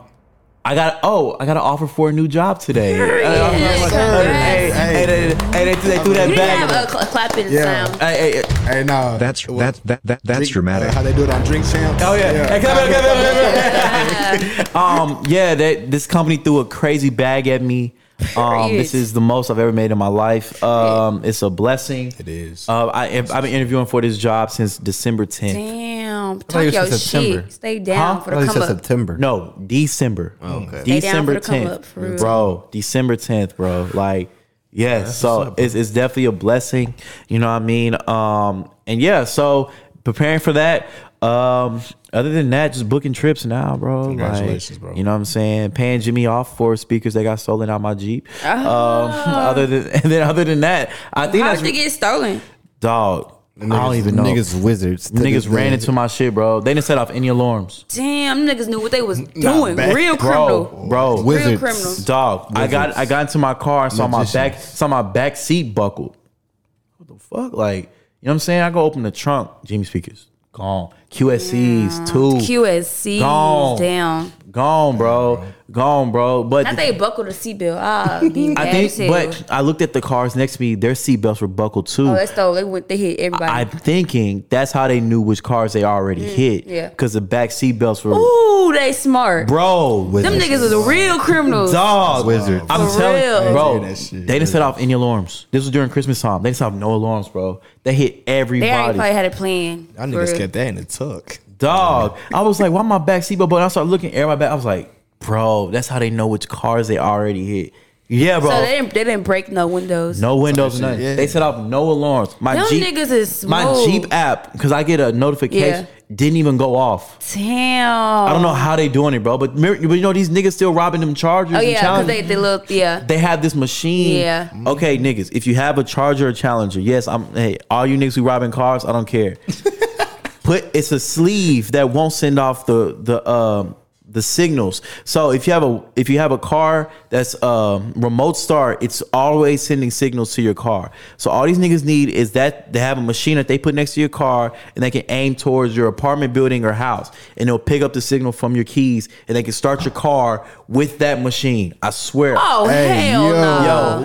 I got oh, I got an offer for a new job today. Uh, Hey, hey, hey, hey, they- they threw that
you
back.
didn't have a cl- clapping
[LAUGHS]
sound.
Hey, hey, hey.
Hey, no.
That's that that that that's dramatic.
uh, How they do it on Drink Champs?
Oh yeah. Hey, come here, come here, come here, come here. um, yeah, that this company threw a crazy bag at me. Um,
Period.
this is the most I've ever made in my life. Um, it's a blessing. It
is.
Uh, I, I've been interviewing for this job since December 10th.
Damn.
thought
Talk
you
your
said September.
shit. Stay down
Huh?
for the come up.
September.
No, December.
Oh, okay.
Stay down
December
for the come up,
tenth,
for real.
bro. December tenth, bro. Like, yes.
That's
so
what's up,
it's it's definitely a blessing. You know what I mean? Um, and yeah. So preparing for that. Um, other than that, just booking trips now, bro. Like,
Congratulations, bro.
You know what I'm saying? Paying Jimmy off for speakers that got stolen out my Jeep. Um,
Ah.
other than [LAUGHS] and then other than that, I think
How
that's
did they get stolen?
dog. I don't
Niggas-
even know.
niggas wizards.
Niggas ran into my shit, bro. They didn't set off any alarms.
Damn, them niggas knew what they was doing. Real criminal.
bro, bro.
Wizards. Real criminals.
dog. I got I got into my car and saw my back saw my back seat buckled. What the fuck? Like you know what I'm saying? I go open the trunk, Jimmy speakers gone, QSCs two
QSC.
Gone.
Damn.
gone, bro, gone, bro. But
Not they buckled the seatbelt. Ah, be
[LAUGHS]
mad
I
as hell.
think, but I looked at the cars next to me. Their seatbelts were buckled too.
oh, that's though they went. They hit everybody.
I'm thinking that's how they knew which cars they already
Mm,
hit.
yeah.
Because the back seat belts were.
Ooh, they smart.
Bro.
Them niggas is real criminals.
Dog.
Wizards.
I'm
For
telling
real.
you, bro.
I
They didn't set off any alarms. This was during Christmas time. They didn't set off no alarms, bro. They hit
They already
everybody.
probably had a plan.
Y'all
For
niggas
real.
kept that in the tuck.
Dog. I was like, why my back seatbelt? But I started looking at everybody back. I was like, bro, that's how they know which cars they already hit. Yeah, bro.
So they didn't. They didn't break no windows.
no windows, nothing. They set off no alarms. My
Them
Jeep,
niggas is
my
smooth.
Jeep app, because I get a notification, didn't even go off.
Damn.
I don't know how they doing it, bro. But, mir- but you know these niggas still robbing them chargers.
Oh
and
yeah, because
challenges.
they they look yeah.
They have this machine.
Yeah.
Okay, niggas, if you have a charger or challenger, yes, I'm hey, all you niggas who robbing cars, I don't
[LAUGHS]
care. Put it's a sleeve that won't send off the the um the signals. So if you have a if you have a car that's um remote start, it's always sending signals to your car. So all these niggas need is that they have a machine that they put next to your car and they can aim towards your apartment building or house and they'll pick up the signal from your keys and they can start your car with that machine. I swear.
Oh hell no.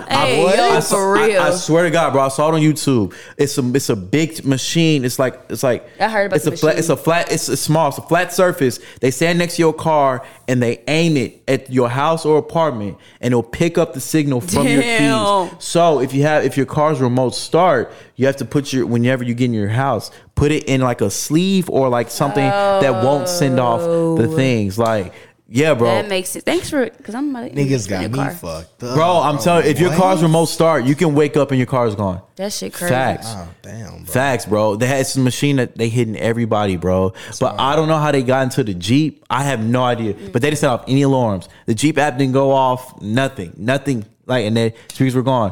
hey
I,
yo,
I saw-
for
I-
real.
I, swear to God, bro. I saw it on YouTube. It's a it's a big machine. It's like it's like
I heard about
it's
the
a flat.
machine.
It's a flat. It's a small. It's a flat surface. They stand next to your car and they aim it at your house or apartment, and it'll pick up the signal from your
Damn.
keys. So if you have if your car's remote start, you have to put your whenever you get in your house, put it in like a sleeve or like something that won't send off the things. Like yeah, bro.
Oh. That makes it. Thanks for because I'm about to
Niggas
in
got
your
me
car.
fucked up.
Bro, I'm telling you, if your car's remote start, you can wake up and your car's gone.
That shit crazy. Ah,
Facts.
Oh, damn.
Facts, bro. They had some machine that they hitting everybody, bro. But I don't know how they got into the Jeep. I have no idea.
Mm.
But they didn't set off any alarms. The Jeep app didn't go off. Nothing. Nothing. Like and then speakers were gone.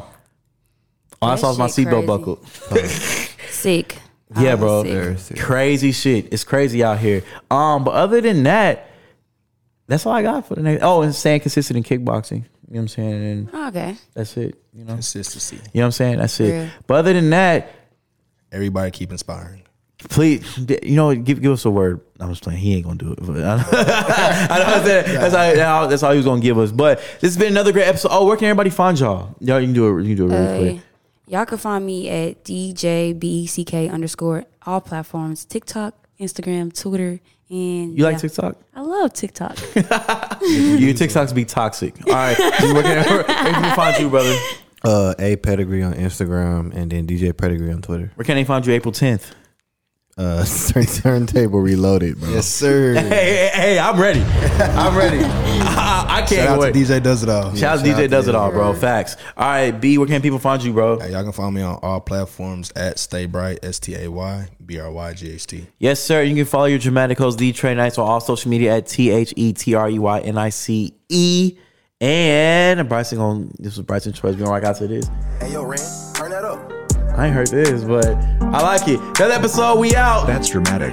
All I
That
saw was my
shit
seatbelt
crazy.
buckled.
Sick.
yeah,
I'm
bro.
sick.
Crazy shit. It's crazy out here. Um, but other than that, that's all I got for the next. Oh, and staying consistent in kickboxing. You know what I'm saying? And
Okay.
That's it. You know?
Consistency.
You know what I'm saying? That's it.
Yeah.
But other than that,
everybody keep inspiring.
Please, you know, what, give give us a word. I'm just playing. He ain't gonna do it. [LAUGHS] But I know, I know what I'm
[LAUGHS]
saying. that's, all, that's all. That's all he was gonna give us. But this has been another great episode. Oh, where can everybody find y'all? Y'all, you can do it. You can do it really
Uh,
quick.
Y'all can find me at DJBECK underscore all platforms TikTok, Instagram, Twitter, and
You like
yeah.
TikTok?
I love TikTok.
Your TikToks be toxic. All
[LAUGHS]
right, where can, where can we find you, brother?
Uh, a pedigree on Instagram and then DJ pedigree on Twitter.
Where can they find you? April 10th.
Uh, [LAUGHS] turn, turntable reloaded, bro. Yes,
sir. [LAUGHS]
Hey, hey, hey, I'm ready. I'm
[LAUGHS]
ready. [LAUGHS] I, I- I can't
Shout out
wait.
to DJ Does It All.
Shout out to DJ Does It All, bro. Facts. All right, B, where can people find you, bro?
y'all can find me on all platforms at Stay Bright, S T A Y B R Y G H T.
Yes, sir. You can follow your dramatic host, D Trey Nights, on all social media at T H E T R E Y N I C E. And Bryson on this was Bryson Choice. You know what I got to this.
Hey, yo, Ren, turn that up.
I ain't heard this, but I like it. That episode, we out. That's dramatic.